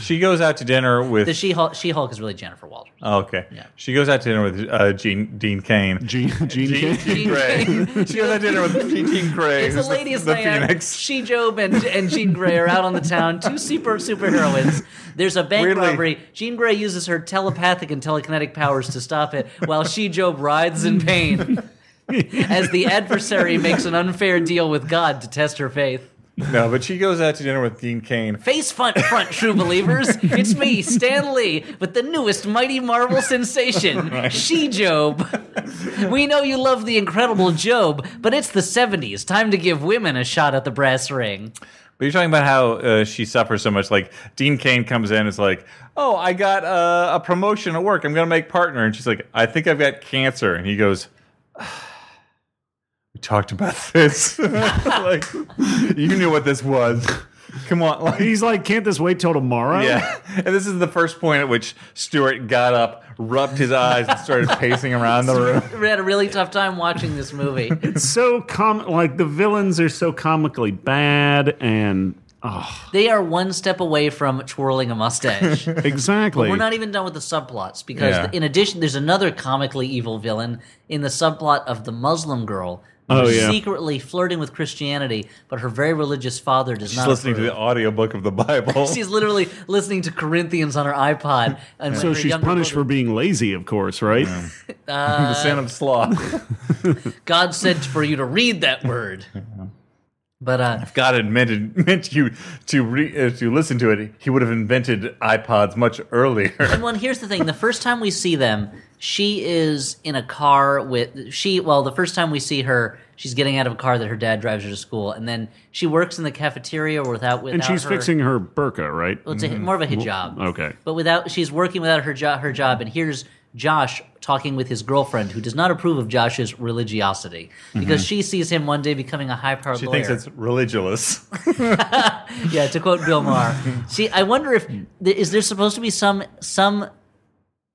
Speaker 2: She goes out to dinner with
Speaker 4: The She Hulk. She Hulk is really Jennifer Walters.
Speaker 2: Oh, okay. She goes out to dinner with uh, Gene, Dean Kane.
Speaker 3: Gene, Gene,
Speaker 2: Gene,
Speaker 3: King.
Speaker 2: Gene Gray. she goes out to dinner with Gene, Gene Gray.
Speaker 4: It's a
Speaker 2: who's the-
Speaker 4: ladies'
Speaker 2: the
Speaker 4: night out.
Speaker 2: Phoenix.
Speaker 4: She Job and, and Jean Grey are out on the town. Two super superheroines. There's a bank
Speaker 2: Weirdly-
Speaker 4: robbery. Jean Grey uses her telepathic and telekinetic powers to stop it, while She Job writhes in pain as the adversary makes an unfair deal with God to test her faith.
Speaker 2: No, but she goes out to dinner with Dean Kane.
Speaker 4: Face front, front, true believers. It's me, Stan Lee, with the newest Mighty Marvel sensation, She Job. We know you love the incredible Job, but it's the 70s. Time to give women a shot at the brass ring.
Speaker 2: But you're talking about how uh, she suffers so much. Like Dean Kane comes in, is like, "Oh, I got uh, a promotion at work. I'm gonna make partner." And she's like, "I think I've got cancer." And he goes, "We talked about this. like, you knew what this was. Come on." Like,
Speaker 3: He's like, can't this wait till tomorrow?
Speaker 2: yeah. And this is the first point at which Stewart got up, rubbed his eyes, and started pacing around the room.
Speaker 4: We had a really tough time watching this movie.
Speaker 3: It's so com like the villains are so comically bad and oh,
Speaker 4: They are one step away from twirling a mustache.
Speaker 3: exactly.
Speaker 4: We're not even done with the subplots because,
Speaker 2: Yeah.
Speaker 4: in addition, there's another comically evil villain in the subplot of the Muslim girl
Speaker 3: Oh,
Speaker 4: who's
Speaker 3: yeah.
Speaker 4: secretly flirting with Christianity, but her very religious father does
Speaker 2: She's
Speaker 4: not.
Speaker 2: listening to
Speaker 4: approve.
Speaker 2: the audiobook of the Bible.
Speaker 4: She's literally listening to Corinthians on her iPod, and
Speaker 3: so she's punished for being lazy, of course, right?
Speaker 2: the sin of sloth.
Speaker 4: God said for you to read that word. But uh,
Speaker 2: God admitted meant you to re, uh, to listen to it, he would have invented iPods much earlier.
Speaker 4: well, and here's the thing: the first time we see them, she is in a car with she. Well, the first time we see her, she's getting out of a car that her dad drives her to school, and then she works in the cafeteria without without
Speaker 3: and she's
Speaker 4: her,
Speaker 3: fixing her burqa, right?
Speaker 4: Well, it's a, more of a hijab.
Speaker 3: okay.
Speaker 4: but without she's working without her job. Her job, and here's Josh talking with his girlfriend, who does not approve of Josh's religiosity
Speaker 3: Mm-hmm.
Speaker 4: because she sees him one day becoming a high-powered
Speaker 2: She
Speaker 4: lawyer.
Speaker 2: thinks it's religious.
Speaker 4: yeah, to quote Bill Maher. See, I wonder if
Speaker 3: Hmm.
Speaker 4: th- is there supposed to be some some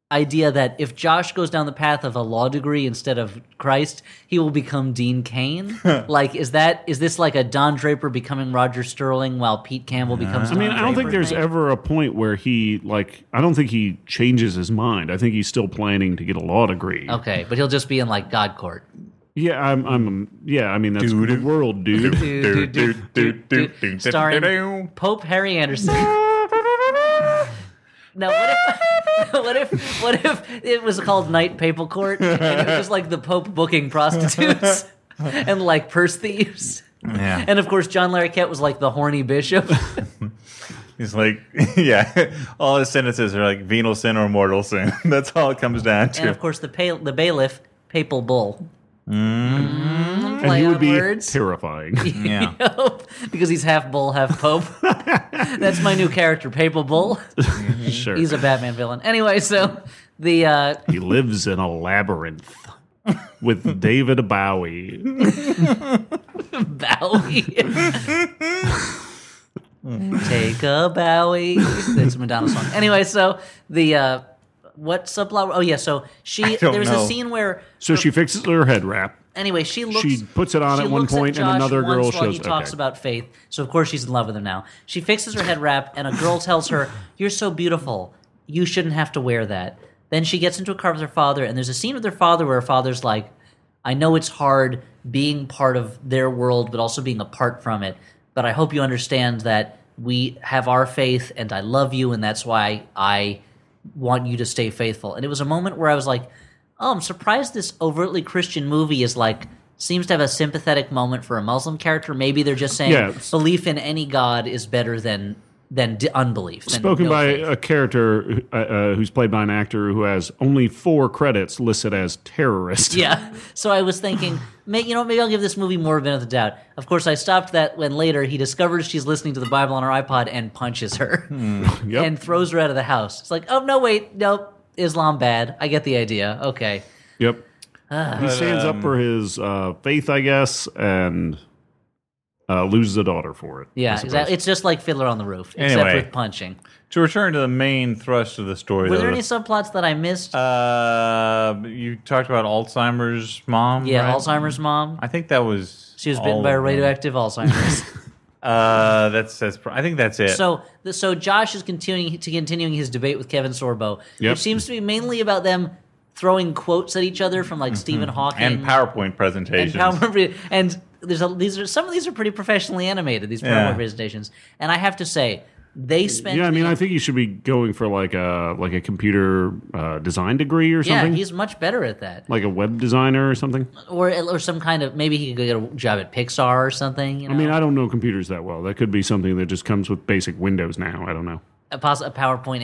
Speaker 4: idea that if Josh goes down the path of a law degree instead of Christ, he will become Dean Kane? like, is that is this like a Don Draper becoming Roger Sterling while Pete Campbell becomes?
Speaker 3: I mean,
Speaker 4: Don
Speaker 3: I don't think
Speaker 4: Draper
Speaker 3: there's
Speaker 4: thing?
Speaker 3: ever a point where he like. I don't think he changes his mind. I think he's still planning to get a law degree.
Speaker 4: Okay, but he'll just be in like God court.
Speaker 3: Yeah, I'm. I'm. Yeah, I mean that's
Speaker 2: Dude.
Speaker 3: the world,
Speaker 2: Do,
Speaker 3: dude.
Speaker 2: do, do, do, do, do,
Speaker 4: Starring Pope Harry Anderson. Now what if what if what if it was called Night Papal Court and it was like the Pope booking prostitutes and like purse thieves?
Speaker 2: Yeah.
Speaker 4: And of course, John Larroquette was like the horny bishop.
Speaker 2: He's like, yeah, all his sentences are like venal sin or mortal sin. That's all it comes down to.
Speaker 4: and of course, the pale, the bailiff, Papal Bull. Mm.
Speaker 3: and
Speaker 4: Play
Speaker 3: he
Speaker 4: on
Speaker 3: would be
Speaker 4: words.
Speaker 3: terrifying.
Speaker 2: yeah.
Speaker 4: because he's half bull, half pope. That's my new character, Papal Bull.
Speaker 3: sure.
Speaker 4: He's a Batman villain. Anyway, so the uh,
Speaker 3: he lives in a labyrinth with David Bowie.
Speaker 4: Bowie. Take a Bowie. That's a Madonna song. Anyway, so the uh, what's up, Laura? Oh yeah, so she
Speaker 2: don't
Speaker 4: there was
Speaker 2: know.
Speaker 4: a scene where
Speaker 3: So she fixes her head wrap.
Speaker 4: anyway she looks
Speaker 3: She puts it on
Speaker 4: she
Speaker 3: at one
Speaker 4: looks
Speaker 3: point and
Speaker 4: Josh
Speaker 3: another
Speaker 4: once
Speaker 3: girl
Speaker 4: while
Speaker 3: shows-
Speaker 4: he talks
Speaker 3: okay.
Speaker 4: about faith. So of course she's in love with him now. She fixes her head wrap and a girl tells her, "You're so beautiful. You shouldn't have to wear that." Then she gets into a car with her father and there's a scene with her father where her father's like, "I know it's hard being part of their world but also being apart from it, but I hope you understand that we have our faith and I love you and that's why I want you to stay faithful. And it was a moment where I was like, oh, I'm surprised this overtly Christian movie is like, seems to have a sympathetic moment for a Muslim character. Maybe they're just saying
Speaker 3: Yeah, it's-
Speaker 4: belief in any God is better than than d- unbelief. than
Speaker 3: Spoken
Speaker 4: no
Speaker 3: by
Speaker 4: faith.
Speaker 3: a character uh, uh, who's played by an actor who has only four credits listed as terrorist.
Speaker 4: yeah. So I was thinking, may, you know, maybe I'll give this movie more benefit of the doubt. Of course, I stopped that when later he discovers she's listening to the Bible on her iPod and punches her
Speaker 3: Hmm. Yep.
Speaker 4: and throws her out of the house. It's like, oh no, wait, nope, Islam bad. I get the idea. Okay.
Speaker 3: Yep.
Speaker 4: Ah.
Speaker 3: he stands
Speaker 4: um,
Speaker 3: up for his uh, faith, I guess, and uh, loses a daughter for it. I
Speaker 4: Yeah,
Speaker 3: suppose.
Speaker 4: exactly. It's just like Fiddler on the Roof, except
Speaker 2: Anyway.
Speaker 4: with punching.
Speaker 2: To return to the main thrust of the story,
Speaker 4: Were
Speaker 2: though,
Speaker 4: there any subplots that I missed?
Speaker 2: uh, you talked about Alzheimer's mom.
Speaker 4: yeah,
Speaker 2: right?
Speaker 4: Alzheimer's mom.
Speaker 2: I think that was
Speaker 4: She was
Speaker 2: all
Speaker 4: bitten by a
Speaker 2: of them.
Speaker 4: radioactive Alzheimer's.
Speaker 2: Uh, that's that's. pr- I think that's it.
Speaker 4: so, the- so Josh is continuing to continuing his debate with Kevin Sorbo,
Speaker 3: Yep.
Speaker 4: which seems to be mainly about them throwing quotes at each other from like
Speaker 3: Mm-hmm.
Speaker 4: Stephen Hawking
Speaker 2: and PowerPoint
Speaker 4: and
Speaker 2: presentations.
Speaker 4: PowerPoint. And there's a, these are some of these are pretty professionally animated. These PowerPoint
Speaker 2: Yeah.
Speaker 4: presentations, and I have to say, they spent.
Speaker 3: Yeah, I mean,
Speaker 4: the-
Speaker 3: I think he should be going for like a like a computer uh, design degree or
Speaker 4: yeah,
Speaker 3: something,
Speaker 4: he's much better at that.
Speaker 3: like a web designer or something.
Speaker 4: or or some kind of maybe he could go get a job at Pixar or something. You know?
Speaker 3: I mean, I don't know computers that well. That could be something that just comes with basic Windows now. I don't know.
Speaker 4: a, pos- a PowerPoint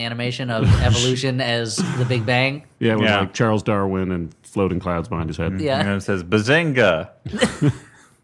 Speaker 4: animation of evolution as the Big Bang.
Speaker 3: Yeah, with
Speaker 2: Yeah.
Speaker 3: like Charles Darwin and floating clouds behind his head.
Speaker 4: Yeah,
Speaker 2: And it says Bazinga.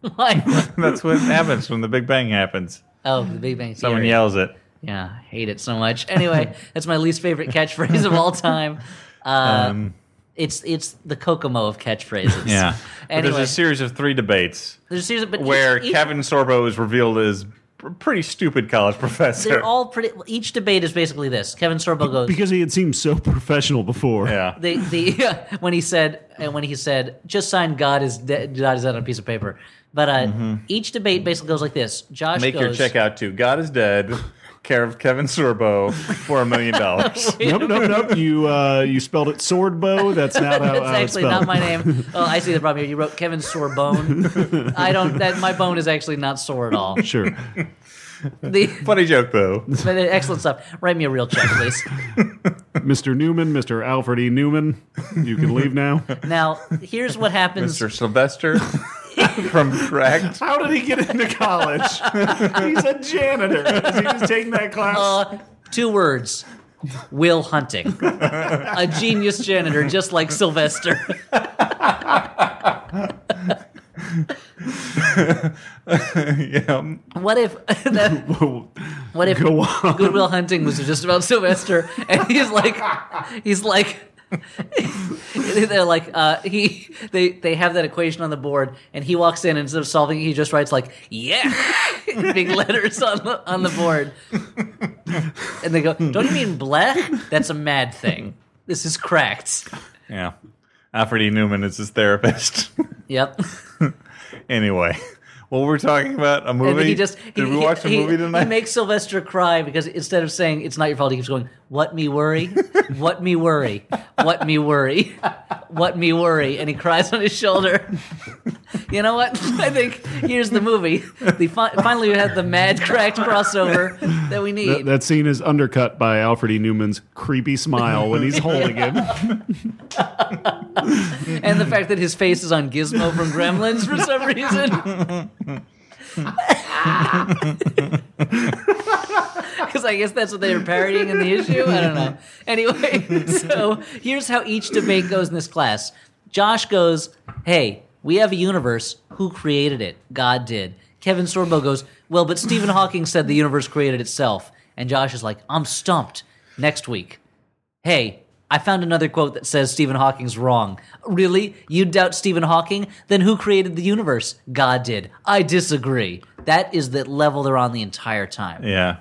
Speaker 4: like
Speaker 2: That's what happens when the Big Bang happens.
Speaker 4: oh, the Big Bang.
Speaker 2: Someone
Speaker 4: Theory.
Speaker 2: yells it.
Speaker 4: Yeah, I hate it so much. Anyway, that's my least favorite catchphrase of all time. Uh, it's it's the Kokomo of catchphrases.
Speaker 2: Um, Yeah. But
Speaker 4: Anyway,
Speaker 2: There's a series of three debates
Speaker 4: there's a series of- but
Speaker 2: where
Speaker 4: each- each-
Speaker 2: Kevin Sorbo is revealed as a pretty stupid college professor.
Speaker 4: They're all pretty. Each debate is basically this. Kevin Sorbo goes.
Speaker 3: Because he had seemed so professional before.
Speaker 2: yeah.
Speaker 4: the the when he said and when he said just sign God is dead, God is dead on a piece of paper. But uh, each debate basically goes like this: Josh
Speaker 2: Mm-hmm. Make your
Speaker 4: goes,
Speaker 2: check out to God is Dead, care of Kevin Sorbo for a million dollars.
Speaker 3: Nope, nope, nope. You uh, you spelled it sword bow. That's not how,
Speaker 4: That's
Speaker 3: how it's
Speaker 4: actually not
Speaker 3: spelled.
Speaker 4: my name. Oh, I see the problem here. You wrote Kevin Sorbone. I don't. That my bone is actually not sore at all.
Speaker 3: Sure.
Speaker 4: The,
Speaker 2: Funny joke though.
Speaker 4: but uh, excellent stuff. Write me a real check, please.
Speaker 3: Mr. Newman, Mr. Alfred E. Newman, you can leave now.
Speaker 4: Now, here's what happens.
Speaker 2: Mr. Sylvester from Cracked.
Speaker 3: How did he get into college? He's a janitor. Is he just taking that class?
Speaker 4: Uh, two words. Will Hunting, a genius janitor, just like Sylvester.
Speaker 2: yeah.
Speaker 4: What if What if
Speaker 3: Go on.
Speaker 4: Uh, Goodwill Hunting was just about Sylvester, and he's like, he's like, They're like uh, he they they have that equation on the board, and he walks in and instead of solving, it, he just writes like yeah, in big letters on the on the board, and they go, "Don't you mean blech? That's a mad thing. This is cracked."
Speaker 2: Yeah. Alfred E. Newman is his therapist.
Speaker 4: Yep.
Speaker 2: anyway, what we're talking about a movie.
Speaker 4: And he just
Speaker 2: Did
Speaker 4: he,
Speaker 2: we watch a
Speaker 4: he-
Speaker 2: movie tonight?
Speaker 4: He makes Sylvester cry because instead of saying it's not your fault, he keeps going, "What me worry? what me worry? What me worry? What me worry?" And he cries on his shoulder. you know what? I think here's the movie. The fi- finally we had the mad cracked crossover that we
Speaker 3: That,
Speaker 4: need.
Speaker 3: that scene is undercut by Alfred E. Newman's creepy smile when he's holding him.
Speaker 4: and the fact that his face is on Gizmo from Gremlins for some reason. Because I guess that's what they were parodying in the issue. I don't know. Anyway, so here's how each debate goes in this class. Josh goes, "Hey, we have a universe. Who created it? God did." Kevin Sorbo goes, "Well, but Stephen Hawking said the universe created itself." And Josh is like, "I'm stumped." Next week, hey, I found another quote that says Stephen Hawking's wrong. Really? You doubt Stephen Hawking? Then who created the universe? God did. I disagree. That is the level they're on the entire time.
Speaker 2: yeah.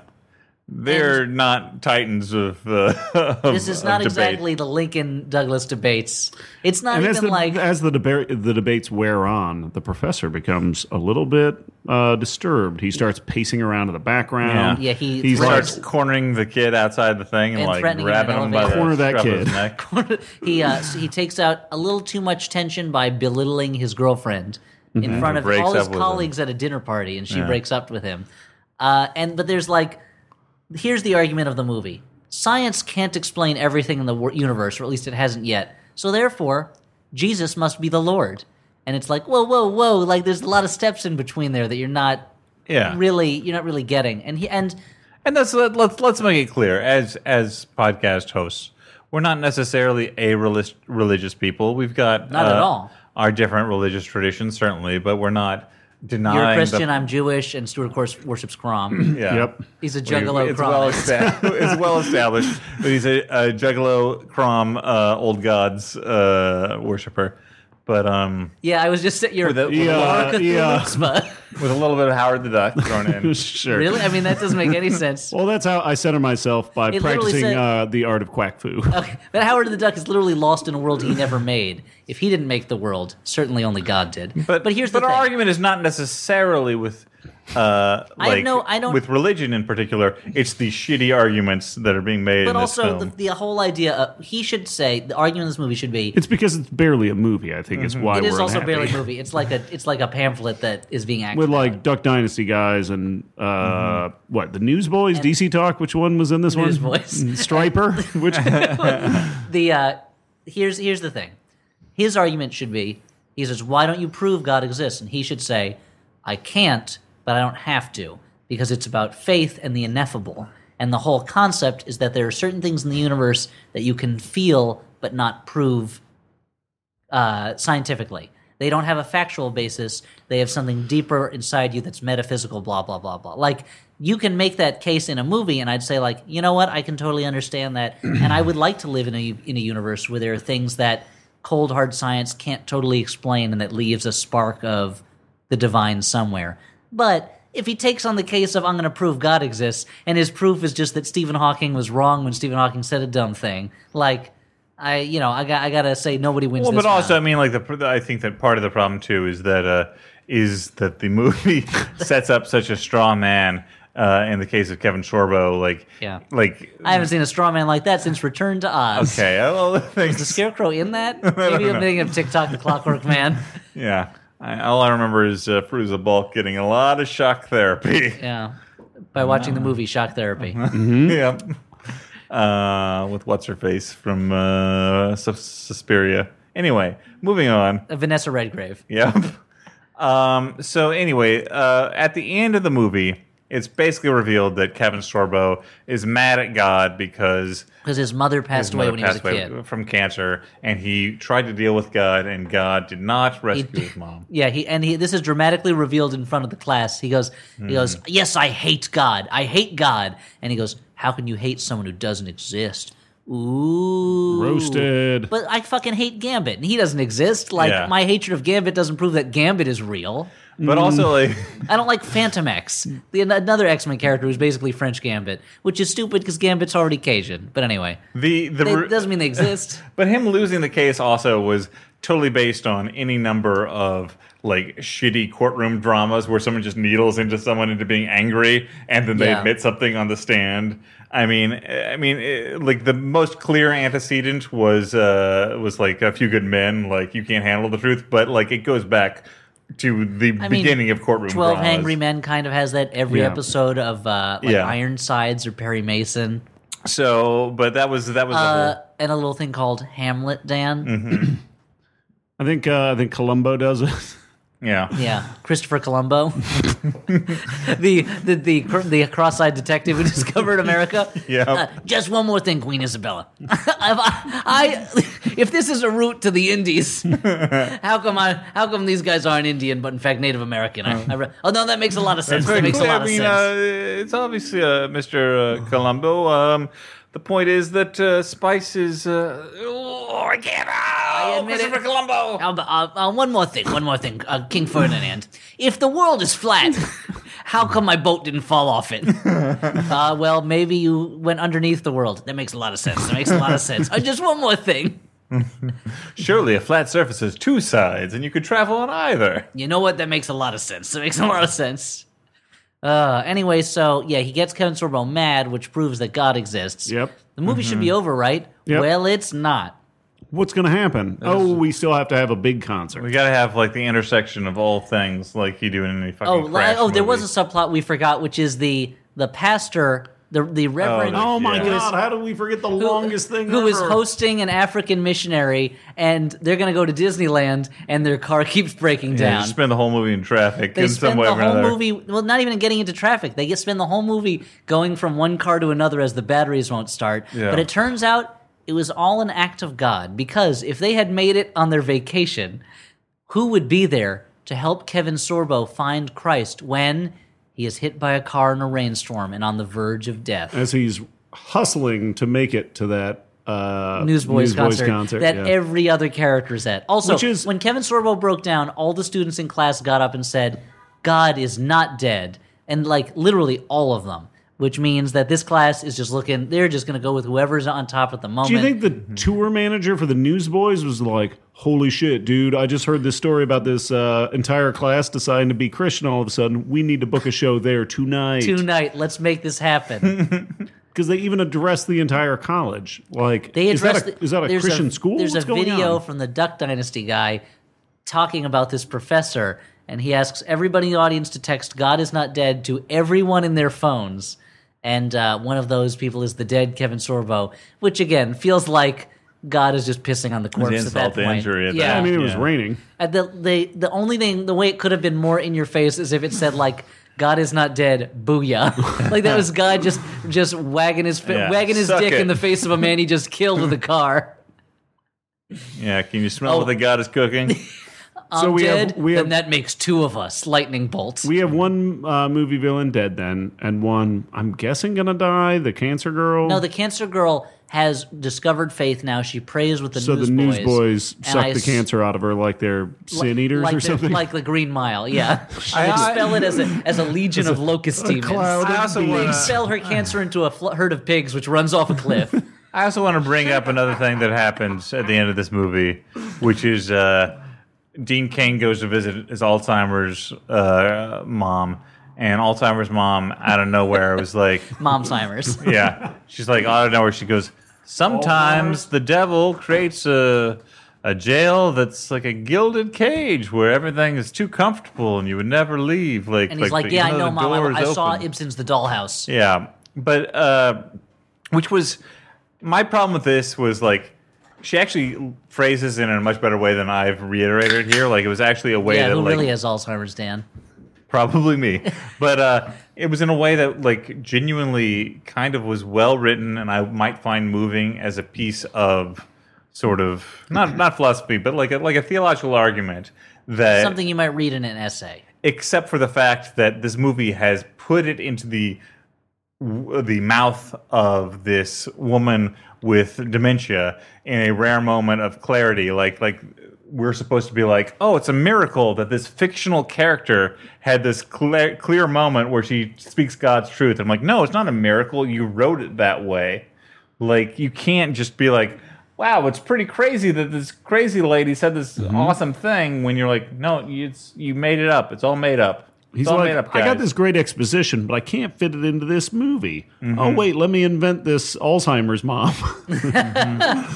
Speaker 2: They're not titans of, uh, of-
Speaker 4: This is
Speaker 2: of
Speaker 4: not
Speaker 2: debate.
Speaker 4: exactly the Lincoln Douglas debates. It's not
Speaker 3: And as
Speaker 4: even
Speaker 3: the,
Speaker 4: like
Speaker 3: as the, deba- the debates wear on, the professor becomes a little bit uh, disturbed. He starts pacing around in the background.
Speaker 4: Yeah. Yeah, he
Speaker 3: he's like,
Speaker 4: threatens-
Speaker 2: starts cornering the kid outside the thing and,
Speaker 4: And
Speaker 2: like
Speaker 4: threatening him in
Speaker 2: grabbing
Speaker 4: an
Speaker 2: him by the
Speaker 4: elevator.
Speaker 3: Corner that
Speaker 2: scruff of his
Speaker 3: kid.
Speaker 2: neck.
Speaker 4: he uh, so he takes out a little too much tension by belittling his girlfriend in front of
Speaker 2: Mm-hmm. breaks
Speaker 4: all his
Speaker 2: up with
Speaker 4: colleagues at a dinner party, and she breaks up with him. Uh, and but there's like, here's the argument of the movie: science can't explain everything in the wor- universe, or at least it hasn't yet. So therefore, Jesus must be the Lord. And it's like, whoa, whoa, whoa! Like there's a lot of steps in between there that you're not
Speaker 2: Yeah.
Speaker 4: really you're not really getting. And he and
Speaker 2: And that's let, let's let's make it clear as as podcast hosts, we're not necessarily a relig- religious people. We've got uh,
Speaker 4: Not at all.
Speaker 2: our different religious traditions, certainly, but we're not denying.
Speaker 4: you're a Christian,
Speaker 2: the,
Speaker 4: I'm Jewish, and Stuart, of course, worships Crom.
Speaker 2: yeah.
Speaker 3: Yep.
Speaker 4: He's a
Speaker 2: We-
Speaker 4: juggalo.
Speaker 2: it's, well
Speaker 4: Chrom.
Speaker 2: esta- it's well established that he's a, a juggalo, crom, uh, old gods uh, worshiper. But um,
Speaker 4: Yeah, I was just sitting here.
Speaker 2: With a- with a
Speaker 4: yeah,
Speaker 3: lot- yeah.
Speaker 2: with a little bit of Howard the Duck thrown in.
Speaker 3: Sure.
Speaker 4: really? I mean, that doesn't make any sense.
Speaker 3: Well, that's how I center myself by
Speaker 4: It literally
Speaker 3: practicing
Speaker 4: said-
Speaker 3: uh, the art of quack foo.
Speaker 4: Okay, That Howard the Duck is literally lost in a world he never made. If he didn't make the world, certainly only God did. But, here's the
Speaker 2: but our
Speaker 4: thing.
Speaker 2: argument is not necessarily with uh,
Speaker 4: I have
Speaker 2: like
Speaker 4: no- I don't-
Speaker 2: with religion in particular. It's the shitty arguments that are being made.
Speaker 4: but
Speaker 2: in this
Speaker 4: also, the,
Speaker 2: film.
Speaker 4: the whole idea of he should say the argument in this movie should be
Speaker 3: It's because it's barely a movie. I think is why
Speaker 4: it
Speaker 3: we're
Speaker 4: is also
Speaker 3: unhappy.
Speaker 4: barely a movie. It's like a it's like a pamphlet that is being acted.
Speaker 3: with like Duck Dynasty guys and uh, what the Newsboys, DC Talk. Which one was in this one?
Speaker 4: Newsboys.
Speaker 3: Mm, Striper. Which
Speaker 4: the uh, here's here's the thing. His argument should be he says, "Why don't you prove God exists?" And he should say, "I can't, but I don't have to because it's about faith and the ineffable." And the whole concept is that there are certain things in the universe that you can feel but not prove uh, scientifically. They don't have a factual basis. They have something deeper inside you that's metaphysical, blah, blah, blah, blah. Like, you can make that case in a movie, and I'd say, like, you know what? I can totally understand that. and I would like to live in a, in a universe where there are things that cold, hard science can't totally explain and that leaves a spark of the divine somewhere. But if he takes on the case of I'm going to prove God exists, and his proof is just that Stephen Hawking was wrong when Stephen Hawking said a dumb thing, like I, you know, I got I gotta say nobody wins.
Speaker 2: well,
Speaker 4: this
Speaker 2: but also I
Speaker 4: round.
Speaker 2: mean, like the, the I think that part of the problem too is that uh, is that the movie sets up such a straw man. Uh, in the case of Kevin Sorbo, like
Speaker 4: Yeah.
Speaker 2: like
Speaker 4: I haven't seen a straw man like that since Return to Oz.
Speaker 2: okay, well,
Speaker 4: Is the
Speaker 2: thanks.
Speaker 4: Scarecrow in that? Maybe I'm
Speaker 2: know.
Speaker 4: thinking of TikTok, the Clockwork Man.
Speaker 2: Yeah, I, all I remember is uh, Fruza Balk getting a lot of shock therapy.
Speaker 4: Yeah, by watching the movie Shock Therapy.
Speaker 2: yeah. Uh, with what's her face from uh, Sus- Suspiria. Anyway, moving on.
Speaker 4: Uh, Vanessa Redgrave.
Speaker 2: Yep. Um, so anyway, uh, at the end of the movie, it's basically revealed that Kevin Sorbo is mad at God because
Speaker 4: Because his mother passed
Speaker 2: his
Speaker 4: away
Speaker 2: mother
Speaker 4: when
Speaker 2: passed
Speaker 4: he was a
Speaker 2: away
Speaker 4: kid.
Speaker 2: from cancer, and he tried to deal with God, and God did not rescue his mom.
Speaker 4: Yeah, he and he. This is dramatically revealed in front of the class. He goes, he goes,
Speaker 2: Hmm.
Speaker 4: yes, I hate God. I hate God. And he goes, how can you hate someone who doesn't exist? Ooh.
Speaker 3: Roasted.
Speaker 4: But I fucking hate Gambit, and he doesn't exist. Like,
Speaker 2: Yeah.
Speaker 4: my hatred of Gambit doesn't prove that Gambit is real.
Speaker 2: But also, like,
Speaker 4: I don't like Phantom X, the, another X Men character who's basically French Gambit, which is stupid because Gambit's already Cajun. But anyway,
Speaker 2: the the
Speaker 4: they,
Speaker 2: re-
Speaker 4: doesn't mean they exist.
Speaker 2: But him losing the case also was totally based on any number of like shitty courtroom dramas where someone just needles into someone into being angry and then they
Speaker 4: Yeah.
Speaker 2: admit something on the stand. I mean, I mean, eh, like the most clear antecedent was uh, was like a few good men. Like you can't handle the truth, but like it goes back to the
Speaker 4: I mean,
Speaker 2: beginning of courtroom.
Speaker 4: 12
Speaker 2: dramas.
Speaker 4: Angry Men kind of has that every
Speaker 3: Yeah.
Speaker 4: episode of uh, like
Speaker 2: Yeah.
Speaker 4: Ironsides or Perry Mason.
Speaker 2: So, but that was that was
Speaker 4: Uh,
Speaker 2: the whole.
Speaker 4: and a little thing called Hamlet, Dan.
Speaker 2: Mm-hmm.
Speaker 3: I think uh, I think Columbo does it.
Speaker 2: Yeah.
Speaker 4: Yeah, Christopher Columbo, the, the the cr- the cross-eyed detective who discovered America.
Speaker 2: Yeah.
Speaker 4: just one more thing, Queen Isabella. if, I, I- if this is a route to the Indies, how come I how come these guys aren't Indian but in fact Native American? I, I re- oh no, that makes a lot of sense. That makes a lot
Speaker 2: I
Speaker 4: of
Speaker 2: mean,
Speaker 4: sense.
Speaker 2: Uh, it's obviously uh, Mr. Uh, Columbo. Um, the point is that uh, Spice is. Uh, oh, I can't. I
Speaker 4: admit
Speaker 2: Christopher
Speaker 4: it.
Speaker 2: Columbo.
Speaker 4: Uh, uh, uh, one more thing, one more thing, uh, King Ferdinand. If the world is flat, how come my boat didn't fall off it? Uh, well, maybe you went underneath the world. That makes a lot of sense. That makes a lot of sense. Uh, just one more thing.
Speaker 2: Surely a flat surface has two sides, and you could travel on either.
Speaker 4: You know what? That makes a lot of sense. That makes a lot of sense. Uh, anyway, so yeah, he gets Kevin Sorbo mad, which proves that God exists.
Speaker 3: Yep. Mm-hmm.
Speaker 4: The movie should be over, right?
Speaker 3: Yep.
Speaker 4: Well, it's not.
Speaker 3: What's going to happen? oh, we still have to have a big concert.
Speaker 2: We gotta have like the intersection of all things, like you do in any fucking.
Speaker 4: Oh,
Speaker 2: Crash
Speaker 4: li- oh, there was
Speaker 2: movie.
Speaker 4: a subplot we forgot, which is the the pastor, the the reverend.
Speaker 2: the-
Speaker 3: oh my
Speaker 2: Yeah.
Speaker 3: god! How did we forget the longest thing?
Speaker 4: who
Speaker 3: ever?
Speaker 4: is hosting an African missionary, and they're going to go to Disneyland, and their car keeps breaking
Speaker 2: Yeah, you
Speaker 4: down.
Speaker 2: spend the whole movie in traffic
Speaker 4: they
Speaker 2: in
Speaker 4: spend
Speaker 2: some way
Speaker 4: the
Speaker 2: or
Speaker 4: whole
Speaker 2: another.
Speaker 4: movie, well, not even getting into traffic. They get spend the whole movie going from one car to another as the batteries won't start.
Speaker 2: Yeah.
Speaker 4: But it turns out it was all an act of God because if they had made it on their vacation, who would be there to help Kevin Sorbo find Christ when he is hit by a car in a rainstorm and on the verge of death?
Speaker 3: as he's hustling to make it to that uh,
Speaker 4: Newsboys, concert, that
Speaker 3: yeah.
Speaker 4: every other character's at. Also,
Speaker 3: Which is-
Speaker 4: when Kevin Sorbo broke down, all the students in class got up and said, "God is not dead," and like literally all of them, which means that this class is just looking. They're just going to go with whoever's on top at the moment.
Speaker 3: Do you think the
Speaker 2: Mm-hmm.
Speaker 3: tour manager for the Newsboys was like, "Holy shit, dude! I just heard this story about this uh, entire class deciding to be Christian all of a sudden. We need to book a show there tonight."
Speaker 4: Tonight, let's make this happen.
Speaker 3: because they even addressed the entire college. Like,
Speaker 4: They
Speaker 3: is
Speaker 4: address
Speaker 3: that a, is that a Christian school?
Speaker 4: There's
Speaker 3: What's
Speaker 4: a
Speaker 3: going
Speaker 4: video
Speaker 3: on?
Speaker 4: from the Duck Dynasty guy talking about this professor, and he asks everybody in the audience to text "God is not dead" to everyone in their phones, and uh, one of those people is the dead Kevin Sorbo, which again feels like God is just pissing on the corpse at that
Speaker 2: insult to
Speaker 4: point.
Speaker 2: injury at
Speaker 4: yeah,
Speaker 2: that
Speaker 3: I mean, it was
Speaker 2: Yeah.
Speaker 3: raining.
Speaker 4: And Uh, the, the the only thing, the way it could have been more in your face is if it said like. God is not dead, booyah! like that was God just just wagging his fi-
Speaker 2: Yeah,
Speaker 4: wagging his
Speaker 2: suck
Speaker 4: dick
Speaker 2: it.
Speaker 4: in the face of a man he just killed with a car.
Speaker 2: Yeah, can you smell
Speaker 4: Oh.
Speaker 2: what the god is cooking?
Speaker 3: so we
Speaker 4: dead,
Speaker 3: have we have
Speaker 4: then that makes two of us. Lightning bolts.
Speaker 3: we have one uh, movie villain dead then, and one I'm guessing gonna die. The cancer girl.
Speaker 4: no, the cancer girl has discovered faith now. She prays with the
Speaker 3: so the
Speaker 4: newsboys.
Speaker 3: newsboys
Speaker 4: and
Speaker 3: suck
Speaker 4: I
Speaker 3: the
Speaker 4: s-
Speaker 3: cancer out of her like they're sin eaters
Speaker 4: like
Speaker 3: or
Speaker 4: the,
Speaker 3: something.
Speaker 4: Like the Green Mile, yeah.
Speaker 2: I-
Speaker 4: they
Speaker 2: I-
Speaker 4: spell it as a as a legion of locust demons.
Speaker 3: cloud
Speaker 2: I
Speaker 3: of
Speaker 2: also
Speaker 3: bees.
Speaker 2: wanna-
Speaker 4: Spell her cancer into a fl- herd of pigs, which runs off a cliff.
Speaker 2: I also want to bring up another thing that happens at the end of this movie, which is uh, Dean Kane goes to visit his Alzheimer's uh, mom, and Alzheimer's mom out of nowhere was like,
Speaker 4: Momsheimer's.
Speaker 2: "Yeah," she's like out of nowhere. She goes, "Sometimes the devil creates a a jail that's like a gilded cage where everything is too comfortable and you would never leave." Like,
Speaker 4: And he's like,
Speaker 2: the-
Speaker 4: "Yeah, I
Speaker 2: even though
Speaker 4: know,
Speaker 2: the
Speaker 4: Mom.
Speaker 2: door is
Speaker 4: I, I saw
Speaker 2: open."
Speaker 4: Ibsen's The Dollhouse."
Speaker 2: Yeah, but uh, which was my problem with this was like she actually phrases it in a much better way than I've reiterated here. Like it was actually a way
Speaker 4: Yeah,
Speaker 2: that
Speaker 4: who
Speaker 2: like
Speaker 4: really has Alzheimer's, Dan?
Speaker 2: probably me, but uh, it was in a way that like genuinely kind of was well written, and I might find moving as a piece of sort of
Speaker 4: Mm-hmm.
Speaker 2: not not philosophy, but like a, like a theological argument that
Speaker 4: Something you might read in an essay.
Speaker 2: except for the fact that this movie has put it into the w- the mouth of this woman with dementia in a rare moment of clarity like like we're supposed to be like oh it's a miracle that this fictional character had this clear, clear moment where she speaks god's truth i'm like no it's not a miracle you wrote it that way like you can't just be like wow it's pretty crazy that this crazy lady said this
Speaker 3: Mm-hmm.
Speaker 2: awesome thing when you're like no you- it's you made it up it's all made up it's
Speaker 3: He's
Speaker 2: all
Speaker 3: like,
Speaker 2: made up
Speaker 3: I
Speaker 2: guys.
Speaker 3: got this great exposition, but I can't fit it into this movie.
Speaker 2: Mm-hmm.
Speaker 3: Oh wait, let me invent this Alzheimer's mom.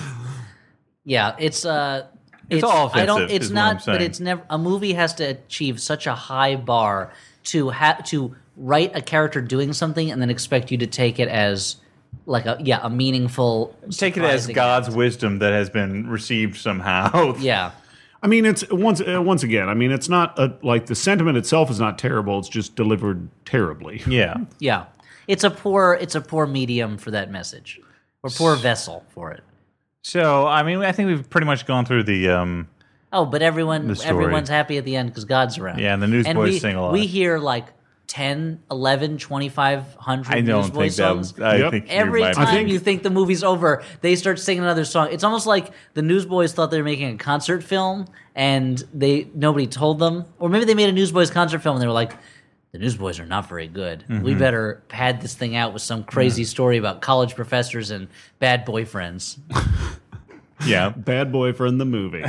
Speaker 4: Yeah, it's uh, it's,
Speaker 2: all
Speaker 4: I don't.
Speaker 2: offensive
Speaker 4: It's
Speaker 2: is what I'm
Speaker 4: not,
Speaker 2: saying.
Speaker 4: but it's never. A movie has to achieve such a high bar to have to write a character doing something and then expect you to take it as like a yeah a meaningful.
Speaker 2: take it as
Speaker 4: surprising-
Speaker 2: God's wisdom that has been received somehow.
Speaker 4: Yeah,
Speaker 3: I mean, it's once uh, once again. I mean, it's not a, like the sentiment itself is not terrible. It's just delivered terribly.
Speaker 2: Yeah.
Speaker 4: yeah. It's a poor. It's a poor medium for that message, or poor vessel for it.
Speaker 2: So I mean, I think we've pretty much gone through the. Um,
Speaker 4: Oh, but everyone,
Speaker 2: The story.
Speaker 4: everyone's happy at the end because God's around.
Speaker 2: Yeah, and the newsboys
Speaker 4: we-
Speaker 2: sing a lot.
Speaker 4: We hear like 10, 11, 2,500
Speaker 2: I don't
Speaker 4: newsboy
Speaker 2: think that.
Speaker 4: songs.
Speaker 2: Was, I
Speaker 3: Yep.
Speaker 2: think you
Speaker 4: Every
Speaker 2: might
Speaker 4: time
Speaker 2: be-
Speaker 3: think-
Speaker 4: you think the movie's over, they start singing another song. It's almost like the Newsboys thought they were making a concert film, and they nobody told them, or maybe they made a Newsboys concert film, and they were like, "The Newsboys are not very good.
Speaker 2: Mm-hmm.
Speaker 4: We better pad this thing out with some crazy story about college professors and bad boyfriends."
Speaker 2: yeah.
Speaker 3: Bad boyfriend, the movie.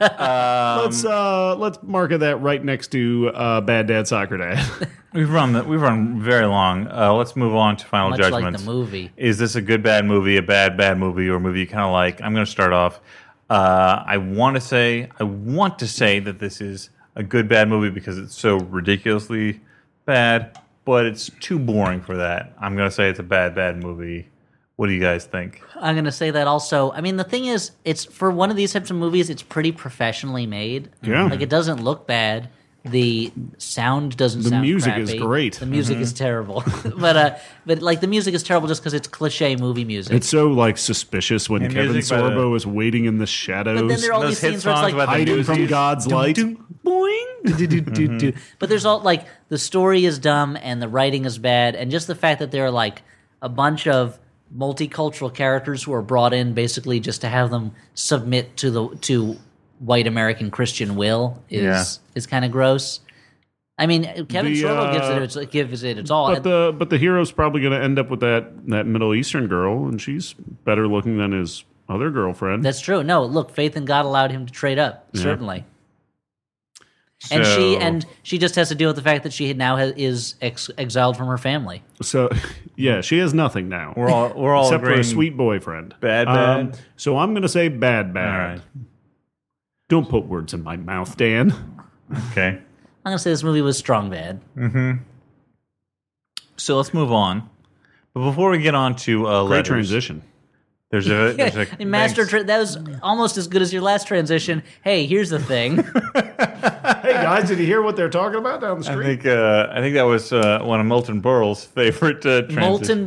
Speaker 3: let's uh, let's market that right next to uh, Bad Dad Soccer Dad.
Speaker 2: We've run the, we've run very long. Uh, let's move on to final
Speaker 4: Much like the
Speaker 2: judgments.
Speaker 4: movie.
Speaker 2: Is this a good bad movie, a bad bad movie, or a movie you kind of like? I'm going to start off. Uh, I want to say I want to say that this is a good bad movie because it's so ridiculously bad, but it's too boring for that. I'm going to say it's a bad bad movie. What do you guys think?
Speaker 4: I'm gonna say that also. I mean, the thing is, it's for one of these types of movies, it's pretty professionally made.
Speaker 3: Yeah.
Speaker 4: like it doesn't look bad. The sound doesn't.
Speaker 3: The
Speaker 4: sound
Speaker 3: music is
Speaker 4: crappy.
Speaker 3: great. Mm-hmm.
Speaker 4: The music is terrible, but uh, but like the music is terrible just because it's cliche movie music.
Speaker 3: it's so like suspicious when
Speaker 2: And
Speaker 3: Kevin
Speaker 2: music by the-
Speaker 3: Sorbo is waiting in the
Speaker 4: but then
Speaker 3: shadows,
Speaker 4: there are all
Speaker 2: Those
Speaker 4: these
Speaker 2: hit
Speaker 4: scenes where it's
Speaker 2: songs
Speaker 4: like
Speaker 2: about the
Speaker 3: hiding from
Speaker 2: newsies.
Speaker 3: God's light.
Speaker 4: boing. do, do, do,
Speaker 2: Mm-hmm.
Speaker 4: do. But there's all like the story is dumb and the writing is bad, and just the fact that there are like a bunch of multicultural characters who are brought in basically just to have them submit to the to white American Christian will is
Speaker 2: Yeah.
Speaker 4: is kind of gross. I mean, Kevin
Speaker 3: The,
Speaker 4: Sorbo
Speaker 3: uh,
Speaker 4: gives it its, gives it its all.
Speaker 3: But the but the hero's probably going to end up with that that Middle Eastern girl, and she's better looking than his other girlfriend.
Speaker 4: That's true. No, look, faith in God allowed him to trade up, certainly. And she
Speaker 2: So-
Speaker 4: and she just has to deal with the fact that she now has, is ex- exiled from her family.
Speaker 3: so yeah, she has nothing now
Speaker 2: We're all we're all
Speaker 3: except for a
Speaker 2: agreeing-
Speaker 3: sweet boyfriend. Um,
Speaker 2: Bad, bad?
Speaker 3: so I'm going to say bad
Speaker 2: All
Speaker 3: bad.
Speaker 2: right.
Speaker 3: Don't put words in my mouth, Dan.
Speaker 2: Okay.
Speaker 4: I'm gonna say this movie was strong bad.
Speaker 2: So let's move on. But before we get on to uh,
Speaker 3: Great
Speaker 2: letters,
Speaker 3: transition.
Speaker 2: There's a, there's a
Speaker 4: And Master,
Speaker 2: thanks.
Speaker 4: tra- that was almost as good as your last transition. Hey, here's the thing.
Speaker 3: Hey guys, did you hear what they're talking about down the
Speaker 2: I
Speaker 3: street?
Speaker 2: think uh, I think that was uh, one of Milton Berle's favorite uh, transitions.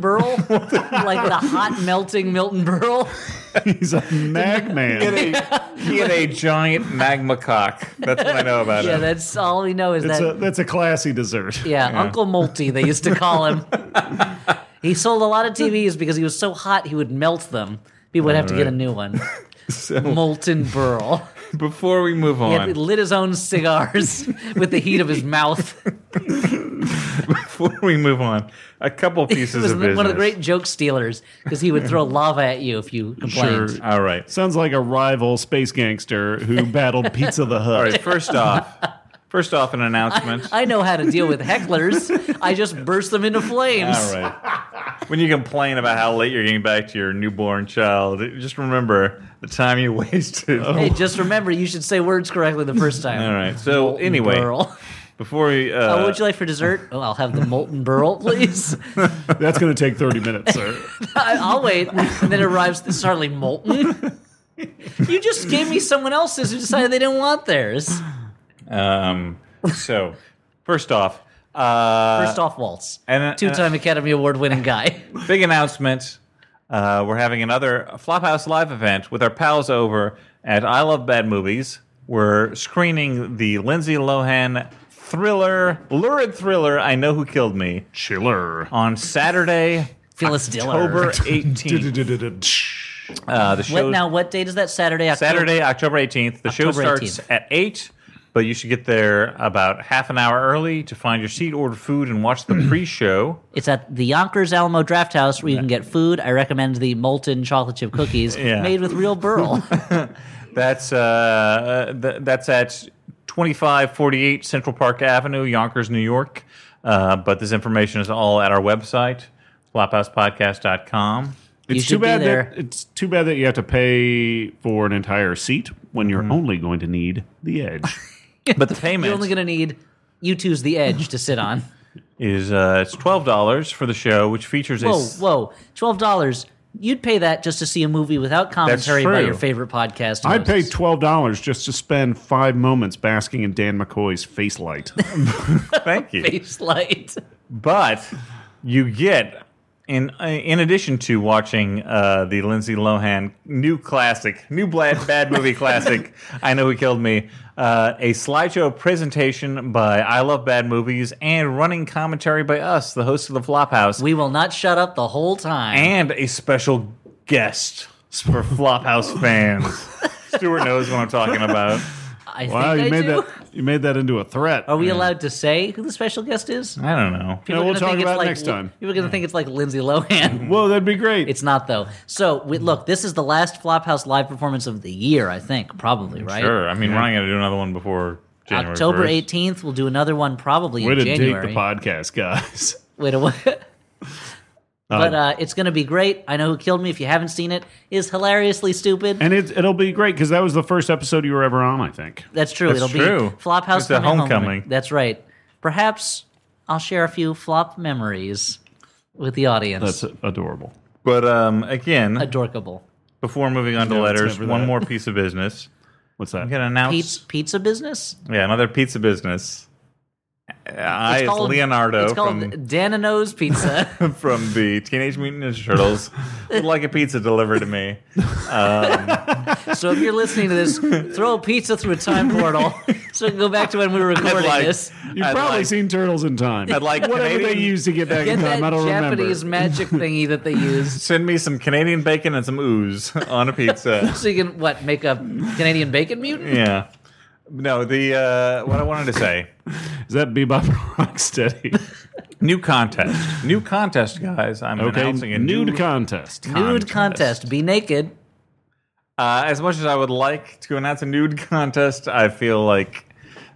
Speaker 4: Molten Burl, like the hot melting Milton Burl.
Speaker 3: He's a mag man.
Speaker 2: He had a- he had a giant magma cock. That's what I know about
Speaker 4: Yeah,
Speaker 2: him.
Speaker 4: that's all we know is
Speaker 3: It's
Speaker 4: that.
Speaker 3: a, that's a classy dessert.
Speaker 4: yeah, Uncle Molty, they used to call him. he sold a lot of TVs because he was so hot he would melt them. People would have to get a new one. Molten Burl.
Speaker 2: Before we move
Speaker 4: He had
Speaker 2: on,
Speaker 4: lit his own cigars with the heat of his mouth.
Speaker 2: before we move on, a couple
Speaker 4: He
Speaker 2: pieces
Speaker 4: was
Speaker 2: of business.
Speaker 4: one of the great joke stealers because he would throw lava at you if you complained.
Speaker 2: All right.
Speaker 3: Sounds like a rival space gangster who battled Pizza the Hut.
Speaker 2: All right. First off, first off, an announcement.
Speaker 4: I know how to deal with hecklers. I just burst them into flames.
Speaker 2: All right. when you complain about how late you're getting back to your newborn child, just remember the time you wasted.
Speaker 4: Hey, just remember, you should say words correctly the first time.
Speaker 2: All right. So anyway,
Speaker 4: Burl.
Speaker 2: before we, uh,
Speaker 4: Uh, what would you like for dessert? Oh, I'll have the molten burl, please.
Speaker 3: That's going to take 30 minutes, sir.
Speaker 4: I, I'll wait. And then arrives this hardly molten. You just gave me someone else's who decided they didn't want theirs.
Speaker 2: um, so first off, uh,
Speaker 4: First off, Waltz,
Speaker 2: and- uh, and-
Speaker 4: two-time Academy Award-winning guy.
Speaker 2: big announcement. Uh, we're having another Flophouse Live event with our pals over at I Love Bad Movies. We're screening the Lindsay Lohan thriller, lurid thriller, I Know Who Killed Me,
Speaker 3: Chiller.
Speaker 4: Um,
Speaker 2: on Saturday,
Speaker 4: Phyllis Diller.
Speaker 2: October 18th. Uh, the
Speaker 4: What
Speaker 2: show
Speaker 4: now? What date is that? Saturday, October.
Speaker 2: Saturday, October 18th. The show
Speaker 4: October
Speaker 2: starts
Speaker 4: 18th.
Speaker 2: at 8, but you should get there about half an hour early to find your seat, order food, and watch the pre show.
Speaker 4: It's at the Yonkers Alamo Draft House where you can get food. I recommend the molten chocolate chip cookies
Speaker 2: Yeah.
Speaker 4: made with real burl.
Speaker 2: That's uh, th- that's at 2548 Central Park Avenue, Yonkers, New York. Uh, but this information is all at our website, flophousepodcast.com.
Speaker 4: You
Speaker 3: It's
Speaker 4: should
Speaker 3: too
Speaker 4: be
Speaker 3: bad
Speaker 4: there.
Speaker 3: that it's too bad that you have to pay for an entire seat when you're
Speaker 4: Mm-hmm.
Speaker 3: only going to need the edge.
Speaker 2: But the payment
Speaker 4: You're only going to need you two's the edge to sit on.
Speaker 2: is uh, it's twelve dollars for the show, which features a
Speaker 4: Whoa,
Speaker 2: s-
Speaker 4: whoa, twelve dollars. You'd pay that just to see a movie without commentary by
Speaker 2: true.
Speaker 4: your favorite podcast.
Speaker 3: I'd
Speaker 4: hosts.
Speaker 3: pay twelve dollars just to spend five moments basking in Dan McCoy's face light.
Speaker 2: thank you.
Speaker 4: face light.
Speaker 2: But you get in in addition to watching uh, the Lindsay Lohan new classic, new bad, bad movie classic, I know who killed me. Uh, a slideshow presentation by I Love Bad Movies and running commentary by us, the host of the Flophouse,
Speaker 4: We will not shut up the whole time.
Speaker 2: and a special guest for Flophouse fans. Stuart knows what I'm talking about.
Speaker 4: I
Speaker 3: wow,
Speaker 4: think
Speaker 3: you
Speaker 4: I
Speaker 3: made
Speaker 4: do. Oh.
Speaker 3: that you made that into a threat.
Speaker 4: Are we allowed to say who the special guest is?
Speaker 2: I don't know.
Speaker 3: No, we'll
Speaker 4: People are gonna
Speaker 3: talk
Speaker 4: think it's
Speaker 3: about it
Speaker 4: like-
Speaker 3: next time.
Speaker 4: People are going to think it's like Lindsay Lohan.
Speaker 3: Whoa, that'd be great.
Speaker 4: It's not though. So
Speaker 2: Hmm.
Speaker 4: we, look, this is the last Flophouse live performance of the year, I think, probably right.
Speaker 2: Sure. I mean, we're not going to do another one before January
Speaker 4: October
Speaker 2: 1st.
Speaker 4: eighteenth, we'll do another one probably
Speaker 3: Way
Speaker 4: in
Speaker 3: to
Speaker 4: January.
Speaker 3: take the podcast, guys.
Speaker 4: Wait a what? But uh, it's going to be great. I know who killed me. If you haven't seen it, is hilariously stupid.
Speaker 3: And it, it'll be great because that was the first episode you were ever on, I think.
Speaker 4: That's true.
Speaker 2: That's
Speaker 4: It'll
Speaker 2: true.
Speaker 4: be Flophouse
Speaker 2: It's a
Speaker 4: coming home.
Speaker 2: homecoming.
Speaker 4: That's right. Perhaps I'll share a few flop memories with the audience.
Speaker 3: That's adorable.
Speaker 2: But um, again,
Speaker 4: Adorkable.
Speaker 2: before moving on to
Speaker 3: No, it's
Speaker 2: letters,
Speaker 3: never
Speaker 2: one
Speaker 3: that.
Speaker 2: more piece of business.
Speaker 3: What's that?
Speaker 2: I'm gonna announce
Speaker 4: Pizza, pizza business.
Speaker 2: yeah another pizza business. I it's Leonardo
Speaker 4: It's called
Speaker 2: from,
Speaker 4: Danino's Pizza.
Speaker 2: from the Teenage Mutant Ninja Turtles would like a pizza delivered to me.
Speaker 4: So if you're listening to this, throw a pizza through a time portal so we can go back to when we were recording
Speaker 2: like-
Speaker 4: this.
Speaker 3: You've
Speaker 2: I'd
Speaker 3: probably
Speaker 2: like-
Speaker 3: seen Turtles in Time.
Speaker 2: I'd like
Speaker 3: Whatever
Speaker 2: Canadian,
Speaker 3: they used to get back
Speaker 4: Get
Speaker 3: in
Speaker 4: that
Speaker 3: time, I don't
Speaker 4: Japanese
Speaker 3: remember.
Speaker 4: magic thingy that they used.
Speaker 2: Send me some Canadian bacon and some ooze on a pizza.
Speaker 4: So you can what make a Canadian bacon mutant?
Speaker 2: yeah. No, the uh, what I wanted to say.
Speaker 3: Is that Bebop Rocksteady?
Speaker 2: New contest. New contest, guys. I'm
Speaker 3: Okay,
Speaker 2: announcing a
Speaker 3: nude
Speaker 2: new
Speaker 3: contest.
Speaker 4: Nude contest. Be naked.
Speaker 2: Uh, as much as I would like to announce a nude contest, I feel like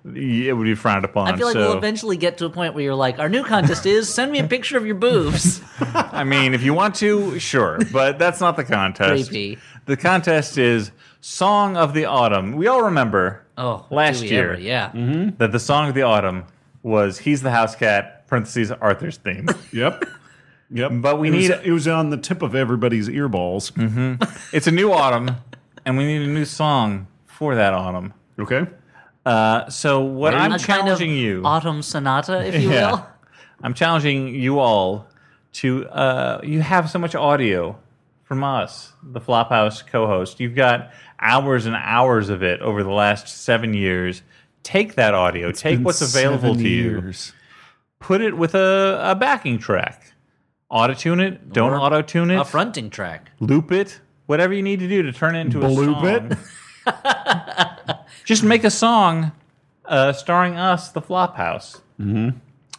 Speaker 2: it would be frowned upon.
Speaker 4: I feel like
Speaker 2: so,
Speaker 4: we'll eventually get to a point where you're like, our new contest is send me a picture of your boobs.
Speaker 2: I mean, if you want to, sure, but that's not the contest.
Speaker 4: Creepy.
Speaker 2: The contest is Song of the Autumn. We all remember
Speaker 4: Oh,
Speaker 2: Last
Speaker 4: do we
Speaker 2: year. Mm-hmm.
Speaker 4: ever, yeah.
Speaker 2: that the Song of the Autumn was He's the House Cat, parentheses, Arthur's theme.
Speaker 3: Yep. Yep.
Speaker 2: But we
Speaker 3: it was,
Speaker 2: need- Mm-hmm.
Speaker 3: it was on the tip of everybody's earballs.
Speaker 2: it's a new autumn, and we need a new song for that autumn.
Speaker 3: Okay.
Speaker 2: Uh, so, what I'm
Speaker 4: A kind of
Speaker 2: challenging you.
Speaker 4: autumn sonata, if you
Speaker 2: Yeah.
Speaker 4: will.
Speaker 2: I'm challenging you all to uh, you have so much audio from us, the Flophouse co-host. You've got hours and hours of it over the last seven years. Take that audio, take what's available to you, put it with a, a backing track. Auto tune it, don't
Speaker 4: Or
Speaker 2: auto tune it,
Speaker 4: A fronting track.
Speaker 2: loop it, whatever you need to do to turn it into
Speaker 3: Bloop
Speaker 2: a song. Just make a song uh, starring us, the Flophouse. Mm-hmm.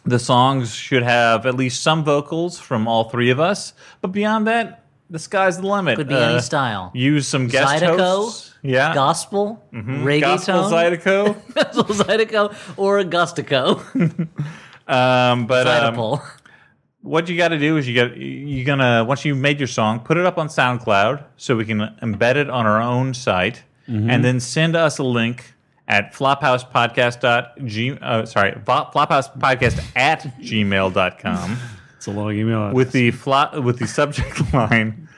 Speaker 2: The songs should have at least some vocals from all three of us, but beyond that, the sky's the limit.
Speaker 4: Could be
Speaker 2: Uh,
Speaker 4: any style.
Speaker 2: Use some guest
Speaker 4: Zydeco,
Speaker 2: hosts. Yeah.
Speaker 4: Gospel,
Speaker 2: Mm-hmm. Gospel
Speaker 4: reggaeton,
Speaker 2: Zydeco.
Speaker 4: gospel Zydeco, or Augustico.
Speaker 2: Um, but um,
Speaker 4: Zydeco.
Speaker 2: what you got to do is you got you gonna once you've made your song, put it up on SoundCloud so we can embed it on our own site,
Speaker 4: Mm-hmm.
Speaker 2: and then send us a link at flophousepodcast dot g uh, sorry vo- flophousepodcast at gmail dot com
Speaker 3: It's a long email.
Speaker 2: with the flop with the subject line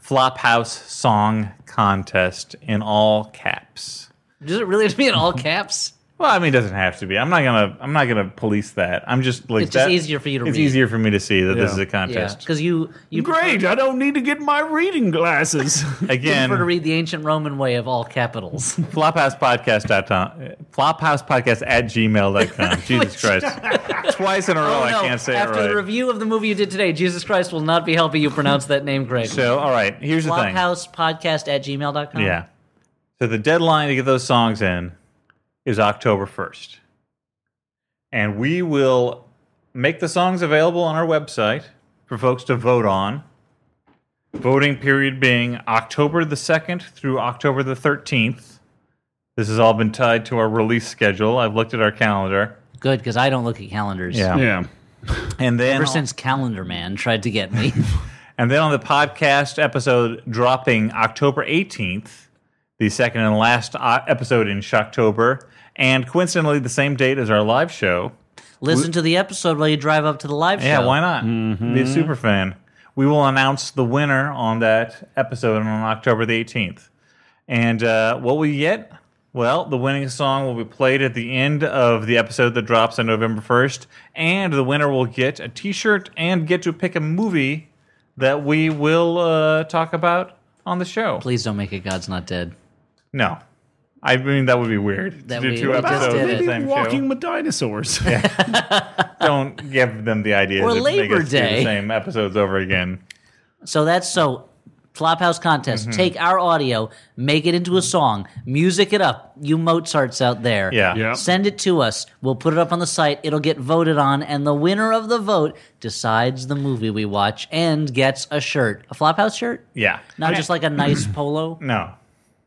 Speaker 2: flophouse song contest in all caps.
Speaker 4: Does it really have to be in all caps?
Speaker 2: Well, I mean, it doesn't have to be. I'm not gonna. I'm not gonna police that. I'm just like
Speaker 4: It's just
Speaker 2: that-
Speaker 4: easier for you to
Speaker 2: It's
Speaker 4: read.
Speaker 2: easier for me to see that this is
Speaker 3: Yeah.
Speaker 2: a
Speaker 4: Yeah,
Speaker 2: contest.
Speaker 4: because you you
Speaker 3: Great, I don't need to get my reading glasses.
Speaker 2: Again,
Speaker 4: prefer to read the ancient Roman way of all capitals.
Speaker 2: flophousepodcast.com, flophousepodcast at gmail.com. Jesus Christ. Twice in a row, Oh, I can't say
Speaker 4: Oh, After
Speaker 2: it
Speaker 4: the
Speaker 2: right.
Speaker 4: review of the movie you did today, Jesus Christ will not be helping you pronounce that name correctly.
Speaker 2: so, all right, here's the thing.
Speaker 4: Flophousepodcast at gmail.com.
Speaker 2: Yeah. So the deadline to get those songs in is October 1st. And we will make the songs available on our website for folks to vote on. Voting period being October the 2nd through October the 13th. This has all been tied to our release schedule. I've looked at our calendar.
Speaker 4: Good, because I don't look at calendars.
Speaker 3: yeah.
Speaker 2: And then
Speaker 4: Ever since Calendar Man tried to get me.
Speaker 2: And then on the podcast episode dropping October 18th, the second and last uh, episode in Shocktober, and coincidentally the same date as our live show.
Speaker 4: Listen to the episode while you drive up to the live
Speaker 2: Yeah,
Speaker 4: show.
Speaker 2: why not? Be a super fan. We will announce the winner on that episode on October the 18th. And uh, what we get? Well, the winning song will be played at the end of the episode that drops on November 1st. And the winner will get a t shirt and get to pick a movie that we will uh, talk about on the show.
Speaker 4: Please don't make it God's Not Dead.
Speaker 2: No. I mean, that would be weird.
Speaker 4: That
Speaker 2: to do
Speaker 4: we-
Speaker 2: two
Speaker 4: we just
Speaker 2: episodes
Speaker 4: did
Speaker 2: of the
Speaker 4: it.
Speaker 2: same
Speaker 3: Walking
Speaker 2: show.
Speaker 3: with dinosaurs.
Speaker 2: Don't give them the idea
Speaker 4: Or
Speaker 2: to make
Speaker 4: Labor
Speaker 2: us do the
Speaker 4: Day.
Speaker 2: same episodes over again.
Speaker 4: So that's so Flophouse contest.
Speaker 2: Mm-hmm.
Speaker 4: Take our audio, make it into a song, music it up, you Mozarts out there.
Speaker 2: Yeah.
Speaker 3: Yeah.
Speaker 4: Send it to us. We'll put it up on the site. It'll get voted on, and the winner of the vote decides the movie we watch and gets a shirt. A Flophouse shirt?
Speaker 2: Yeah.
Speaker 4: Not just like a nice polo.
Speaker 2: No,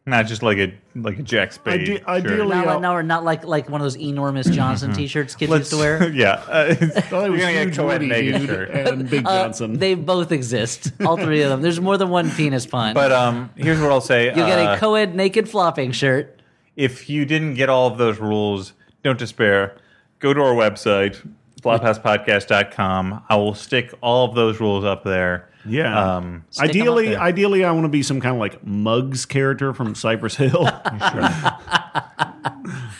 Speaker 2: not just like a like a Jack Spade.
Speaker 3: Ide-
Speaker 2: shirt.
Speaker 3: ideally-
Speaker 2: uh,
Speaker 4: Not like, no, or not like like one of those enormous Johnson
Speaker 2: Mm-hmm.
Speaker 4: T-shirts kids used to wear.
Speaker 2: yeah, uh,
Speaker 3: Well, it
Speaker 2: you're
Speaker 3: was
Speaker 2: gonna get
Speaker 3: huge
Speaker 2: co-ed
Speaker 3: Woody,
Speaker 2: naked
Speaker 3: dude,
Speaker 2: shirt.
Speaker 3: and Big Johnson.
Speaker 4: Uh, They both exist, all three of them. There's more than one penis pun.
Speaker 2: But um, here's what I'll say:
Speaker 4: you get
Speaker 2: uh,
Speaker 4: a co-ed naked flopping shirt.
Speaker 2: if you didn't get all of those rules, don't despair. Go to our website, flophousepodcast.com. I will stick all of those rules up there.
Speaker 3: yeah.
Speaker 2: Um,
Speaker 4: them up
Speaker 3: ideally,
Speaker 4: there.
Speaker 3: ideally, I want to be some kind of like Muggs character from Cypress Hill. who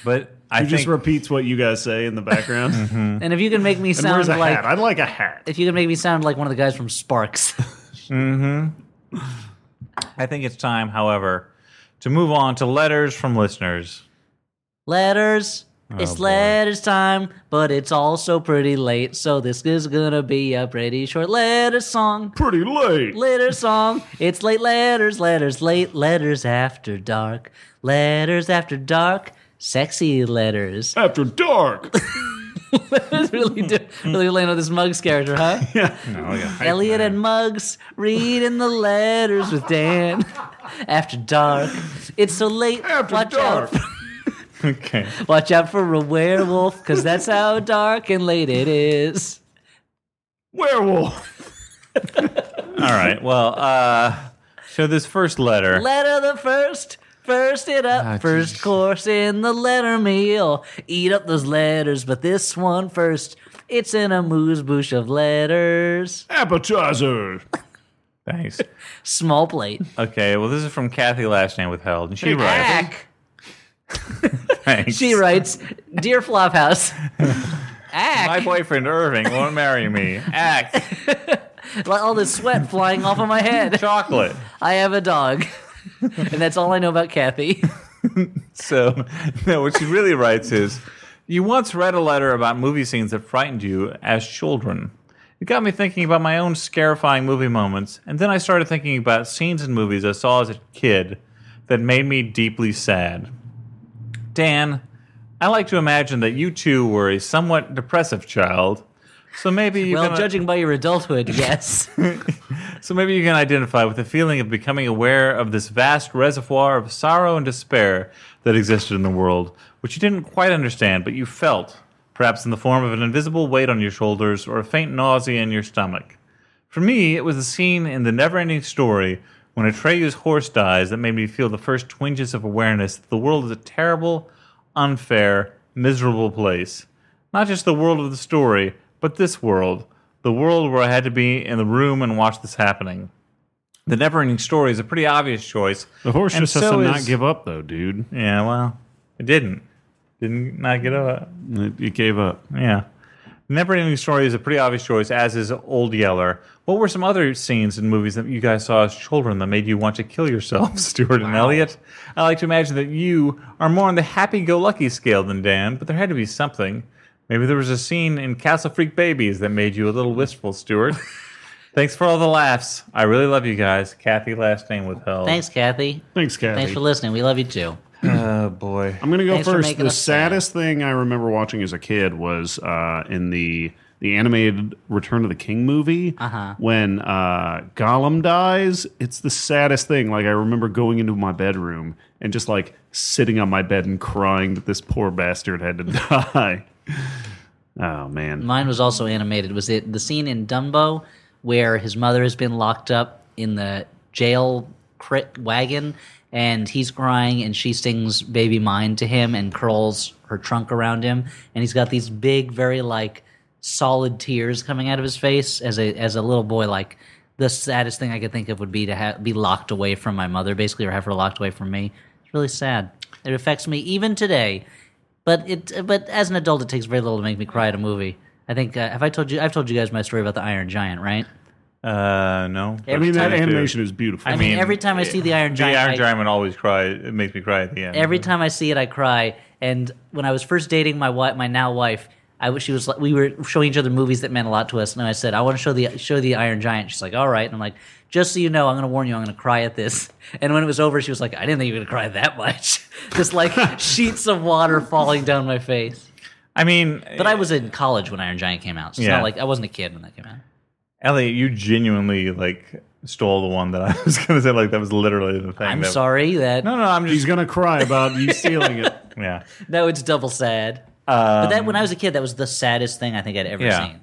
Speaker 2: but I
Speaker 3: just
Speaker 2: think
Speaker 3: repeats what you guys say in the background. and
Speaker 2: Mm-hmm.
Speaker 4: And if you can make me sound
Speaker 3: wears a hat.
Speaker 4: Mm-hmm. like
Speaker 3: I'd like a hat.
Speaker 4: if you can make me sound like one of the guys from Sparks,
Speaker 2: I think it's time, however, to move on to letters from listeners.
Speaker 4: letters.
Speaker 3: Oh,
Speaker 4: It's
Speaker 2: boy.
Speaker 4: letters time, but it's also pretty late, so this is gonna be a pretty short letter song.
Speaker 3: Pretty late.
Speaker 4: Letter song. It's late letters, letters, late letters after dark. Letters after dark. Sexy letters.
Speaker 3: After dark.
Speaker 4: That's really do, really laying on this Muggs character, huh? Elliot and Muggs reading the letters with Dan after dark. It's so late.
Speaker 3: After
Speaker 4: watch
Speaker 3: dark.
Speaker 4: out!
Speaker 2: Okay.
Speaker 4: Watch out for a werewolf, cause that's how dark and late it is.
Speaker 3: Werewolf.
Speaker 2: All right. Well, uh, so this first letter.
Speaker 4: Letter the first. First it up, first course in the letter meal. Eat up those letters, but this one first. It's an amuse-bouche of letters.
Speaker 3: Appetizer.
Speaker 2: Thanks.
Speaker 4: Small plate.
Speaker 2: Okay, well, this is from Kathy Last Name Withheld, and she writes.
Speaker 4: Ack.
Speaker 2: Thanks.
Speaker 4: She writes, "Dear Flophouse, ack,
Speaker 2: My boyfriend Irving won't marry me. Act.
Speaker 4: Like, all this sweat flying off of my head.
Speaker 2: Chocolate.
Speaker 4: I have a dog, and that's all I know about Kathy.
Speaker 2: So, no, what she really writes is You once read a letter about movie scenes that frightened you as children. It got me thinking about my own scarifying movie moments, and then I started thinking about scenes in movies I saw as a kid that made me deeply sad. Dan, I like to imagine that you too were a somewhat depressive child. So maybe you
Speaker 4: Well,
Speaker 2: can
Speaker 4: judging by your adulthood, yes.
Speaker 2: So maybe you can identify with the feeling of becoming aware of this vast reservoir of sorrow and despair that existed in the world, which you didn't quite understand, but you felt, perhaps in the form of an invisible weight on your shoulders or a faint nausea in your stomach. For me, it was the scene in the never-ending story when Atreyu's horse dies that made me feel the first twinges of awareness that the world is a terrible, unfair, miserable place. Not just the world of the story, but this world, the world where I had to be in the room and watch this happening. The never-ending story is a
Speaker 3: Oh.
Speaker 2: pretty obvious choice.
Speaker 3: The horse
Speaker 2: and
Speaker 3: just has
Speaker 2: so
Speaker 3: to
Speaker 2: is-
Speaker 3: not give up, though, dude.
Speaker 2: Yeah, well, it didn't. Didn't not get up.
Speaker 3: It, it gave up.
Speaker 2: Yeah. Never Ending Story is a pretty obvious choice, as is Old Yeller. What were some other scenes in movies that you guys saw as children that made you want to kill yourself, Stuart and Elliot? I like to imagine that you are more on the happy go lucky scale than Dan, but there had to be something. Maybe there was a scene in Castle Freak Babies that made you a little wistful, Stuart. Thanks for all the laughs. I really love you guys. Kathy, last name withheld.
Speaker 4: Thanks, Kathy.
Speaker 3: Thanks, Kathy.
Speaker 4: Thanks for listening. We love you too.
Speaker 2: Oh, boy.
Speaker 3: I'm gonna go
Speaker 4: Thanks for
Speaker 3: first.
Speaker 4: making
Speaker 3: The
Speaker 4: us sad.
Speaker 3: saddest thing I remember watching as a kid was uh, in the the animated Return of the King movie
Speaker 4: Uh-huh.
Speaker 3: when uh, Gollum dies. It's the saddest thing. Like I remember going into my bedroom and just like sitting on my bed and crying that this poor bastard had to die. oh man,
Speaker 4: Mine was also animated. Was it the scene in Dumbo where his mother has been locked up in the jail cri- wagon and he's crying and she sings Baby Mine to him and curls her trunk around him and he's got these big very like solid tears coming out of his face as a as a little boy like the saddest thing I could think of would be to ha- be locked away from my mother basically or have her locked away from me. It's really sad. It affects me even today. But it, but as an adult, it takes very little to make me cry at a movie. I think uh, have I told you? I've told you guys my story about the Iron Giant, right?
Speaker 2: Uh, no.
Speaker 3: I mean that animation is beautiful.
Speaker 4: I mean, every time I see the Iron Giant,
Speaker 2: The Iron
Speaker 4: I-
Speaker 2: Giant would always cry. It makes me cry at the end.
Speaker 4: Every time I see it, I cry. And when I was first dating my wife, my now wife, I was- she was like, we were showing each other movies that meant a lot to us, and I said, I want to show the show the Iron Giant. She's like, all right. And I'm like, just so you know, I'm going to warn you, I'm going to cry at this. And when it was over, she was like, I didn't think you were going to cry that much. Just like sheets of water falling down my face.
Speaker 2: I mean,
Speaker 4: But I was in college when Iron Giant came out, so it's
Speaker 2: Yeah.
Speaker 4: not like I wasn't a kid when that came out.
Speaker 2: Elliot, you genuinely like stole the one that I was going to say. Like that was literally the thing.
Speaker 4: I'm
Speaker 2: that-
Speaker 4: sorry that
Speaker 2: No, no, I'm
Speaker 3: He's
Speaker 2: just
Speaker 3: gonna cry about you stealing it.
Speaker 2: yeah.
Speaker 4: no, it's double sad. but that when I was a kid, that was the saddest thing I think I'd ever
Speaker 2: Yeah.
Speaker 4: seen.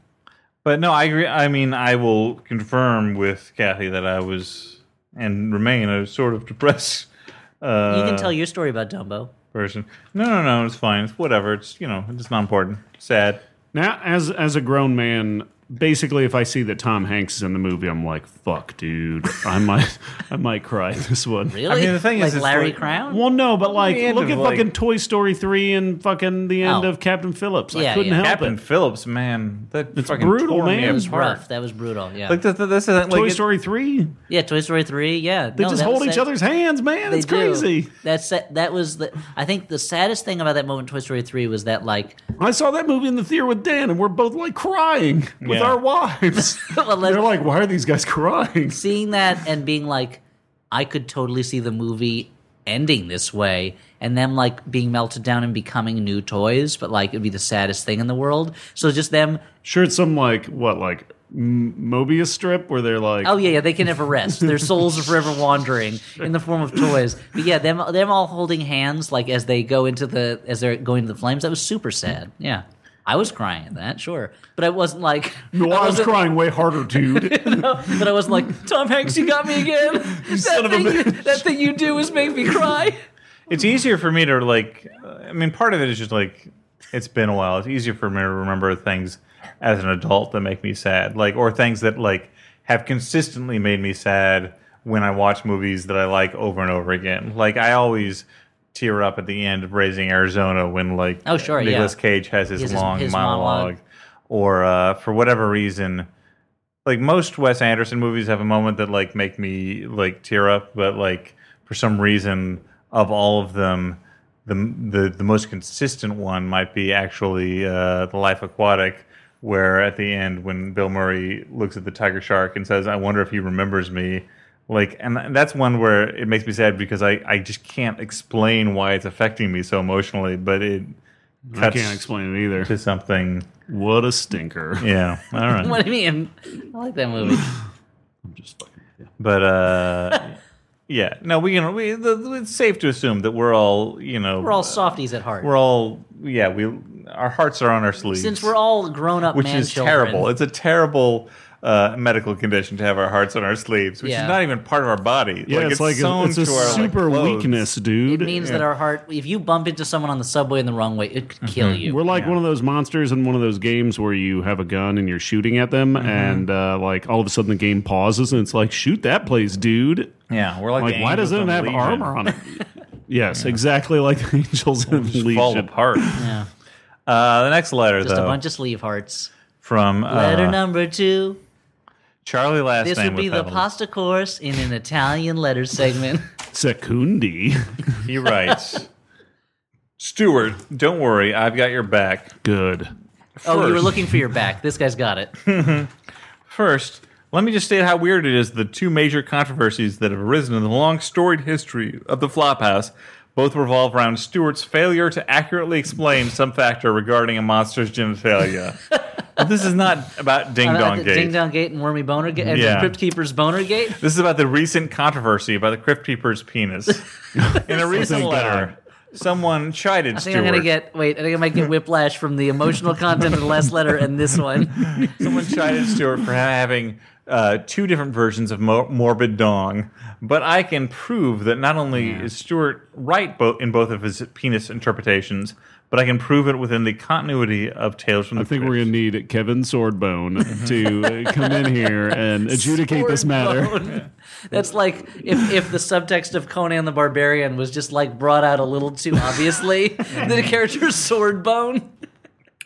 Speaker 2: But no, I agree. I mean, I will confirm with Kathy that I was and remain a sort of depressed uh,
Speaker 4: You can tell your story about Dumbo.
Speaker 2: person. No, no, no, it's fine. It's whatever. It's you know, it's not important. Sad.
Speaker 3: Now, as as a grown man, basically, if I see that Tom Hanks is in the movie, I'm like, "Fuck, dude, I might, I might cry this one."
Speaker 4: Really?
Speaker 2: mean, the thing
Speaker 4: like
Speaker 2: is, it's
Speaker 4: Larry
Speaker 2: like-
Speaker 4: Crown.
Speaker 3: Well, no, but like,
Speaker 2: The end
Speaker 3: look
Speaker 2: of,
Speaker 3: at
Speaker 2: like-
Speaker 3: fucking Toy Story three and fucking the end
Speaker 4: Oh.
Speaker 3: of Captain Phillips. I
Speaker 4: Yeah,
Speaker 3: couldn't
Speaker 4: yeah.
Speaker 3: help
Speaker 2: Captain
Speaker 3: it.
Speaker 2: Phillips, man, that
Speaker 3: It's
Speaker 2: fucking
Speaker 3: brutal,
Speaker 2: tore me
Speaker 3: man.
Speaker 4: That was
Speaker 2: apart.
Speaker 4: rough. That was brutal. Yeah.
Speaker 2: Like this, this isn't like
Speaker 3: Toy
Speaker 2: it-
Speaker 3: Story three,
Speaker 4: yeah. Toy Story three. Yeah.
Speaker 3: they just hold each other's hands, man. it's crazy.
Speaker 4: That's that was the. I think the saddest thing about that moment, in Toy Story three, was that like,
Speaker 3: I saw that movie in the theater with Dan, and we're both like crying with
Speaker 2: Yeah.
Speaker 3: our wives.
Speaker 4: well, let's-
Speaker 3: They're like, "Why are these guys crying?"
Speaker 4: seeing that and being like, I could totally see the movie ending this way, and them like being melted down and becoming new toys, but like it'd be the saddest thing in the world. So just them.
Speaker 3: Sure, it's some like what, like M- Mobius strip where they're like,
Speaker 4: Oh yeah, yeah, they can never rest. Their souls are forever wandering in the form of toys. But yeah, them them all holding hands like as they go into the as they're going to the flames. That was super sad. Yeah. I was crying at that, sure, but I wasn't like.
Speaker 3: No, I was
Speaker 4: wasn't-
Speaker 3: crying way harder, dude.
Speaker 4: But I wasn't like Tom Hanks. You got me again. That
Speaker 2: son of a
Speaker 4: thing, you-
Speaker 2: bitch."
Speaker 4: that thing you do is make me cry.
Speaker 2: it's easier for me to like uh, i mean part of it is just like it's been a while it's easier for me to remember things as an adult that make me sad like or things that like have consistently made me sad when i watch movies that i like over and over again like i always tear up at the end of raising arizona when like
Speaker 4: Oh, sure, yeah.
Speaker 2: Nicolas cage has his,
Speaker 4: His- his-
Speaker 2: long
Speaker 4: his
Speaker 2: monologue,
Speaker 4: monologue.
Speaker 2: or uh, for whatever reason like most Wes Anderson movies have a moment that like make me like tear up, but like for some reason of all of them, the the the most consistent one might be actually uh, the Life Aquatic, where at the end when Bill Murray looks at the tiger shark and says, "I wonder if he remembers me." Like, and that's one where it makes me sad because I, I just can't explain why it's affecting me so emotionally, but it
Speaker 3: I
Speaker 2: cuts
Speaker 3: can't explain it either.
Speaker 2: to something.
Speaker 3: What a stinker.
Speaker 2: Yeah, all right.
Speaker 4: What do you mean? I like that movie.
Speaker 3: I'm just fucking. yeah.
Speaker 2: But uh, yeah, no, we can. We, the, the- it's safe to assume that we're all, you know,
Speaker 4: We're all softies at heart.
Speaker 2: we're all, yeah, we, our hearts are on our sleeves.
Speaker 4: Since we're all grown up,
Speaker 2: which
Speaker 4: man
Speaker 2: is
Speaker 4: children.
Speaker 2: terrible. It's a terrible uh, medical condition to have our hearts on our sleeves, which
Speaker 4: Yeah.
Speaker 2: is not even part of our body.
Speaker 3: Yeah, it's, like a,
Speaker 2: sewn
Speaker 3: it's a
Speaker 2: to our, like,
Speaker 3: super
Speaker 2: clothes.
Speaker 3: weakness, dude.
Speaker 4: It means that our heart, if you bump into someone on the subway in the wrong way, it
Speaker 2: Mm-hmm.
Speaker 4: could kill you.
Speaker 3: We're like one of those monsters in one of those games where you have a gun and you're shooting at them, and uh, like all of a sudden the game pauses and it's like, shoot that place, dude.
Speaker 2: Yeah, we're like,
Speaker 3: Like,
Speaker 2: the
Speaker 3: why
Speaker 2: angels
Speaker 3: doesn't it
Speaker 2: on
Speaker 3: have
Speaker 2: Legion.
Speaker 3: armor on it? Yes, exactly like the angels in
Speaker 2: fall
Speaker 3: Legion.
Speaker 2: apart.
Speaker 4: Yeah.
Speaker 2: Uh, the next letter,
Speaker 4: Just
Speaker 2: though,
Speaker 4: a bunch of sleeve hearts.
Speaker 2: from uh,
Speaker 4: Letter number two.
Speaker 2: Charlie last
Speaker 4: This
Speaker 2: name
Speaker 4: would be the
Speaker 2: withheld.
Speaker 4: pasta course in an Italian letter segment.
Speaker 3: Secundi.
Speaker 2: He writes, Stuart, don't worry, I've got your back.
Speaker 3: Good.
Speaker 4: oh, you were
Speaker 2: First.
Speaker 4: looking for your back. This guy's got it.
Speaker 2: First, let me just state how weird it is the two major controversies that have arisen in the long storied history of the Flophouse both revolve around Stewart's failure to accurately explain some factor regarding a monster's genitalia. But this is not about Ding Dong Gate.
Speaker 4: Uh, Ding Dong Gate and Wormy Boner Gate. and
Speaker 2: Yeah.
Speaker 4: Crypt Keeper's Boner Gate.
Speaker 2: This is about the recent controversy about the Crypt Keeper's penis. In a recent
Speaker 3: Thank
Speaker 2: letter, someone chided
Speaker 4: I think I'm
Speaker 2: Stewart.
Speaker 4: gonna get wait. I think I might get whiplash from the emotional content of the last letter and this one.
Speaker 2: Someone chided Stewart for having uh, two different versions of Mo- Morbid Dong, but I can prove that not only is Stewart right bo- in both of his penis interpretations, but I can prove it within the continuity of Tales from the
Speaker 3: I think we're going to need Kevin Swordbone to uh, come in here and adjudicate this
Speaker 4: Sword
Speaker 3: matter.
Speaker 4: bone. That's like if, if the subtext of Conan the Barbarian was just like brought out a little too obviously. the character's sword bone.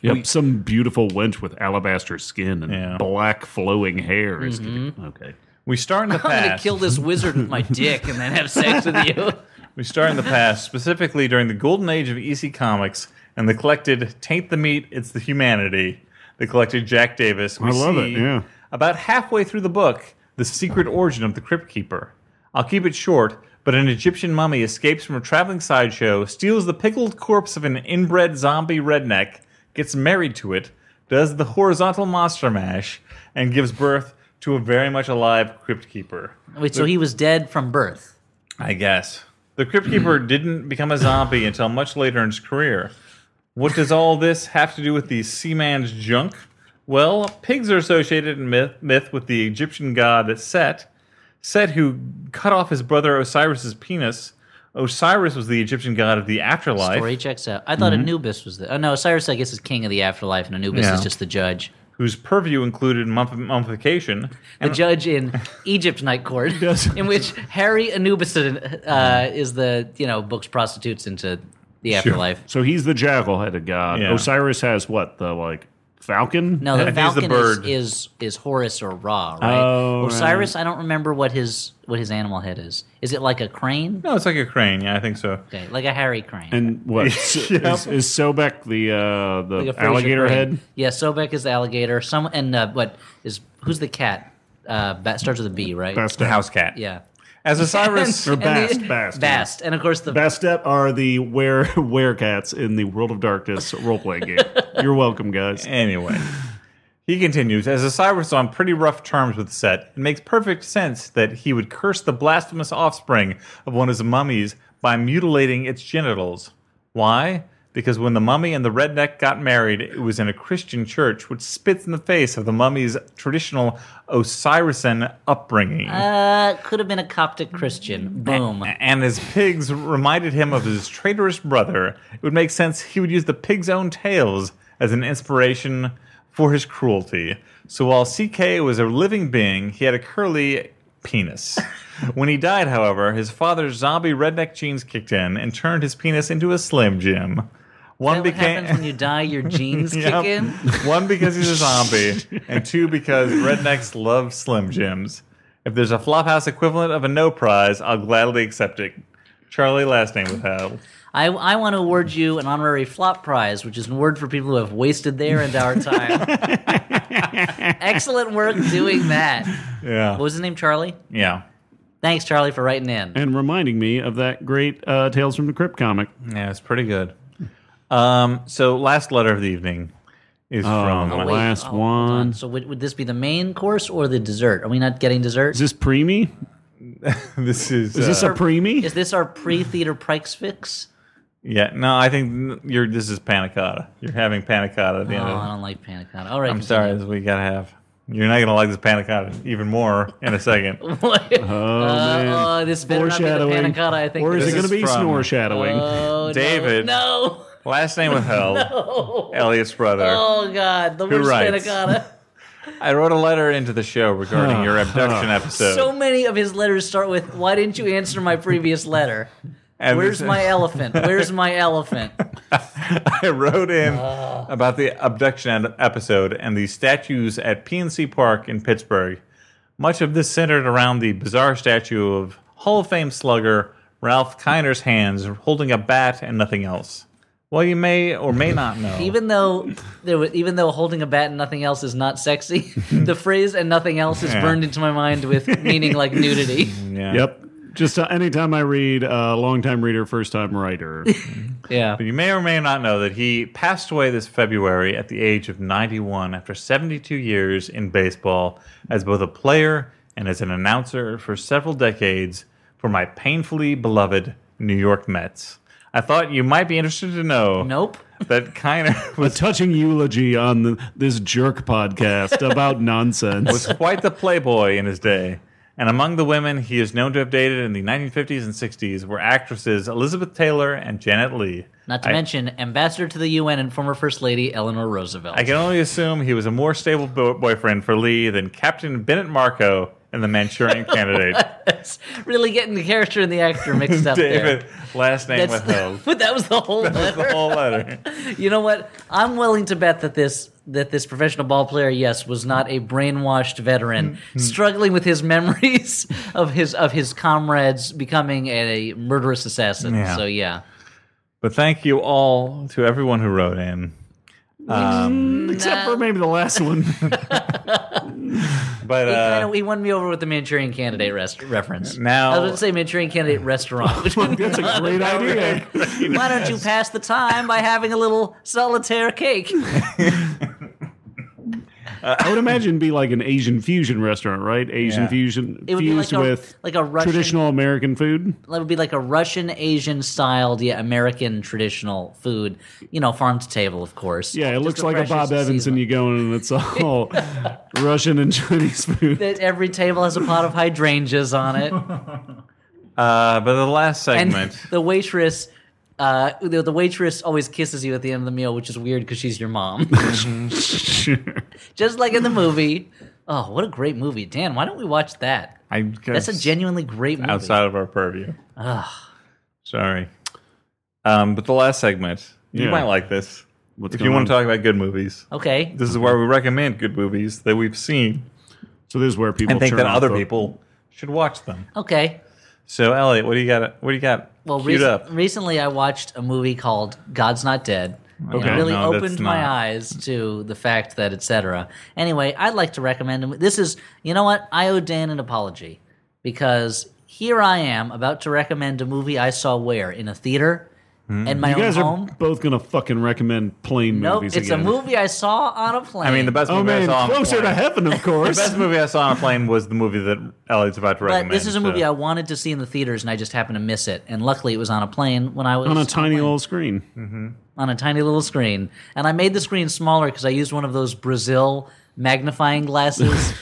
Speaker 3: Yep, some beautiful wench with alabaster skin and
Speaker 2: Yeah.
Speaker 3: black flowing hair is
Speaker 4: Mm-hmm.
Speaker 3: gonna, okay.
Speaker 2: We start in the
Speaker 4: I'm gonna
Speaker 2: past.
Speaker 4: kill this wizard with my dick and then have sex with you.
Speaker 2: We start in the past, specifically during the golden age of EC Comics and the collected Taint the Meat, It's the Humanity, the collected Jack Davis. We
Speaker 3: I love
Speaker 2: see
Speaker 3: it, yeah.
Speaker 2: About halfway through the book, the secret origin of the Crypt Keeper. I'll keep it short, but an Egyptian mummy escapes from a traveling sideshow, steals the pickled corpse of an inbred zombie redneck, gets married to it, does the horizontal monster mash, and gives birth to a very much alive Crypt Keeper.
Speaker 4: Wait, so he was dead from birth.
Speaker 2: I guess. The Crypt Keeper didn't become a zombie until much later in his career. What does all this have to do with the Seaman's junk? Well, pigs are associated in myth, myth with the Egyptian god Set. Set, who cut off his brother Osiris's penis. Osiris was the Egyptian god of the afterlife,
Speaker 4: Story checks out. I thought Anubis was the. Oh no, Cyrus I guess is king of the afterlife, and Anubis
Speaker 2: Yeah.
Speaker 4: is just the judge.
Speaker 2: whose purview included mumf- mummification.
Speaker 4: the judge in Egypt Night Court, in which Harry Anubis uh, is the you know books prostitutes into the afterlife.
Speaker 3: So he's the jackal headed god.
Speaker 2: Yeah.
Speaker 3: Osiris has what the like falcon?
Speaker 4: No, the
Speaker 2: I think he's the
Speaker 4: falcon
Speaker 2: bird.
Speaker 4: is, is is Horus or Ra, right?
Speaker 3: Oh, right.
Speaker 4: Osiris, I don't remember what his what his animal head is. Is it like a crane?
Speaker 2: No, it's like a crane. Yeah, I think so.
Speaker 4: Okay, like a Harry crane.
Speaker 3: And what is is, is Sobek the uh, the
Speaker 4: like a Fraser
Speaker 3: alligator
Speaker 4: crane.
Speaker 3: head?
Speaker 4: Yeah, Sobek is the alligator. Some and uh, what is who's the cat? Uh, ba- starts with a B, right?
Speaker 3: Bast-
Speaker 2: The house cat.
Speaker 4: Yeah.
Speaker 2: As Osiris,
Speaker 3: or
Speaker 4: And the-
Speaker 3: Bast, Bast, yeah.
Speaker 4: Bast, and of course the
Speaker 3: Bastet are the were werecats in the World of Darkness role playing game. You're welcome, guys.
Speaker 2: Anyway, he continues As Osiris is on pretty rough terms with Set, it makes perfect sense that he would curse the blasphemous offspring of one of his mummies by mutilating its genitals. Why? Because when the mummy and the redneck got married, it was in a Christian church, which spits in the face of the mummy's traditional Osirisan upbringing.
Speaker 4: uh, could have been a Coptic Christian. Boom.
Speaker 2: and his pigs reminded him of his traitorous brother. It would make sense he would use the pig's own tails as an inspiration for his cruelty. So while CK was a living being, he had a curly penis. when he died, however, his father's zombie redneck genes kicked in and turned his penis into a slim jim. One
Speaker 4: That what happens when you die? Your genes
Speaker 2: Yep.
Speaker 4: kick in.
Speaker 2: One because he's a zombie, and two because rednecks love Slim Jims. If there's a Flophouse equivalent of a no prize, I'll gladly accept it. Charlie, last name withheld.
Speaker 4: I, I want to award you an honorary flop prize, which is an award for people who have wasted their and our time. Excellent work doing that.
Speaker 2: Yeah,
Speaker 4: What was his name? Charlie.
Speaker 2: yeah,
Speaker 4: Thanks, Charlie, for writing in.
Speaker 3: And reminding me of that great uh, Tales from the Crypt comic.
Speaker 2: yeah. It's pretty good. Um, so last letter of the evening is from.
Speaker 3: Uh, the
Speaker 4: Wait,
Speaker 3: last
Speaker 4: oh,
Speaker 3: one.
Speaker 4: hold
Speaker 3: Mm-hmm.
Speaker 4: on. So would, would this be the main course or the dessert? Are we not getting dessert?
Speaker 3: Is this preemie?
Speaker 2: This is,
Speaker 3: Is this
Speaker 2: uh,
Speaker 3: a preemie?
Speaker 4: Is this our pre-theater Prike's fix?
Speaker 2: yeah. No, I think you're. This is panicotta. You're having panicotta at the
Speaker 4: Oh,
Speaker 2: end. Of
Speaker 4: I don't like panic. Con. All right,
Speaker 2: Uh-huh. I'm sorry. This is what you gotta have. You're not gonna like this panicotta even more in a second.
Speaker 4: oh,
Speaker 3: man.
Speaker 4: this better not be the panic. Con I think.
Speaker 3: or is
Speaker 4: this
Speaker 3: it going to
Speaker 2: is
Speaker 3: be
Speaker 2: from-
Speaker 3: snore shadowing?
Speaker 4: Oh, no,
Speaker 2: David.
Speaker 4: No.
Speaker 2: Last name withheld. Elliot's brother.
Speaker 4: Oh God, the worst
Speaker 2: writes?
Speaker 4: panicotta.
Speaker 2: I wrote a letter into the show regarding your abduction episode.
Speaker 4: So many of his letters start with, "Why didn't you answer my previous letter?"
Speaker 2: And
Speaker 4: Where's
Speaker 2: this-
Speaker 4: my elephant? Where's my elephant?
Speaker 2: I wrote in
Speaker 4: Ah.
Speaker 2: about the abduction ed- episode and the statues at PNC Park in Pittsburgh. Much of this centered around the bizarre statue of Hall of Fame slugger Ralph Kiner's hands holding a bat and nothing else. Well, you may or may not know.
Speaker 4: Even though there was, even though holding a bat and nothing else is not sexy, the phrase "and nothing else" is
Speaker 2: Yeah.
Speaker 4: burned into my mind with meaning like nudity.
Speaker 2: yeah.
Speaker 3: Yep. Just uh, anytime I read uh, long time reader, first time writer.
Speaker 4: Yeah,
Speaker 2: But you may or may not know that he passed away this February at the age of 91 after 72 years in baseball as both a player and as an announcer for several decades for my painfully beloved New York Mets. I thought you might be interested to know
Speaker 4: Nope.
Speaker 2: that Kiner
Speaker 3: a
Speaker 2: was,
Speaker 3: touching eulogy on the, this jerk podcast about nonsense.
Speaker 2: was quite the playboy in his day. And among the women he is known to have dated in the 1950s and 60s were actresses Elizabeth Taylor and Janet Lee.
Speaker 4: not to
Speaker 2: I-
Speaker 4: mention ambassador to the UN and former First Lady Eleanor Roosevelt.
Speaker 2: I can only assume he was a more stable bo- boyfriend for Lee than Captain Bennett Marco and the Manchurian Candidate.
Speaker 4: It's really getting the character and the actor mixed up
Speaker 2: David,
Speaker 4: there.
Speaker 2: last name
Speaker 4: That's
Speaker 2: withheld.
Speaker 4: but that was the whole
Speaker 2: That's the
Speaker 4: letter.
Speaker 2: whole letter.
Speaker 4: You know what? I'm willing to bet that this that this professional ball player, yes, was not a brainwashed veteran
Speaker 3: Mm-hmm.
Speaker 4: struggling with his memories of his of his comrades becoming a murderous assassin.
Speaker 2: Yeah.
Speaker 4: So yeah,
Speaker 2: But thank you all to everyone who wrote in.
Speaker 3: Except for maybe the last one.
Speaker 2: But
Speaker 4: he, kinda,
Speaker 2: uh,
Speaker 4: he won me over with the Manchurian Candidate rest, reference.
Speaker 2: Now-
Speaker 4: I was going to say Manchurian Candidate restaurant. which would be
Speaker 3: That's a
Speaker 4: not-
Speaker 3: great idea.
Speaker 4: Why don't you pass the time by having a little solitaire cake?
Speaker 3: I would imagine be like an Asian fusion restaurant, right? Asian
Speaker 2: Yeah.
Speaker 3: fusion
Speaker 4: It would be like
Speaker 3: fused
Speaker 4: a,
Speaker 3: with
Speaker 4: like a Russian
Speaker 3: traditional American food.
Speaker 4: That would be like a Russian Asian styled, yeah, American traditional food. You know, farm to table, of course.
Speaker 3: Yeah, it
Speaker 4: Just
Speaker 3: looks
Speaker 4: the
Speaker 3: like a
Speaker 4: freshest
Speaker 3: Bob Evans, and
Speaker 4: season.
Speaker 3: you go in, and it's all Russian and Chinese food.
Speaker 4: That every table has a pot of hydrangeas on it,
Speaker 2: uh, but the last
Speaker 4: and
Speaker 2: segment.
Speaker 4: the waitress. Uh, the, the waitress always kisses you at the end of the meal, which is weird because she's your mom. Just like in the movie. Oh, what a great movie. Dan, why don't we watch that?
Speaker 2: I
Speaker 4: That's
Speaker 2: guess
Speaker 4: a genuinely great movie.
Speaker 2: outside of our purview. Sorry. Um, but the last segment. You
Speaker 3: Yeah.
Speaker 2: might like this.
Speaker 3: What's
Speaker 2: if
Speaker 3: going
Speaker 2: you want to
Speaker 3: on?
Speaker 2: talk about good movies,
Speaker 4: Okay.
Speaker 2: this is where we recommend good movies that we've seen
Speaker 3: So this is where people
Speaker 2: and think
Speaker 3: turn
Speaker 2: that
Speaker 3: off
Speaker 2: other
Speaker 3: the-
Speaker 2: people should watch them.
Speaker 4: Okay.
Speaker 2: So, Elliot, what do you got? What do you got?
Speaker 4: Well,
Speaker 2: queued
Speaker 4: rec-
Speaker 2: up.
Speaker 4: recently I watched a movie called God's Not Dead.
Speaker 2: Okay.
Speaker 4: It really
Speaker 2: No, that's
Speaker 4: opened my
Speaker 2: not-
Speaker 4: eyes to the fact that, etc. Anyway, I'd like to recommend him. This is, you know what? I owe Dan an apology because here I am about to recommend a movie I saw where? In a theater?
Speaker 2: Hmm.
Speaker 4: In my
Speaker 3: You
Speaker 4: own
Speaker 3: guys
Speaker 4: home?
Speaker 3: are both gonna fucking recommend plain
Speaker 4: nope.
Speaker 3: movies
Speaker 4: It's
Speaker 3: again.
Speaker 4: a movie I saw on a plane.
Speaker 2: I mean, the best
Speaker 3: Oh
Speaker 2: movie I
Speaker 3: man,
Speaker 2: saw on a
Speaker 3: closer to
Speaker 2: plane-
Speaker 3: heaven, of course.
Speaker 2: The best movie I saw on a plane was the movie that Elliot's about to
Speaker 4: But
Speaker 2: recommend. uh,
Speaker 4: this is a movie
Speaker 2: so-
Speaker 4: I wanted to see in the theaters, and I just happened to miss it. And luckily, it was on a plane when I was
Speaker 3: on a
Speaker 4: plane.
Speaker 3: tiny little screen.
Speaker 4: on a tiny little screen. And I made the screen smaller because I used one of those Brazil magnifying glasses,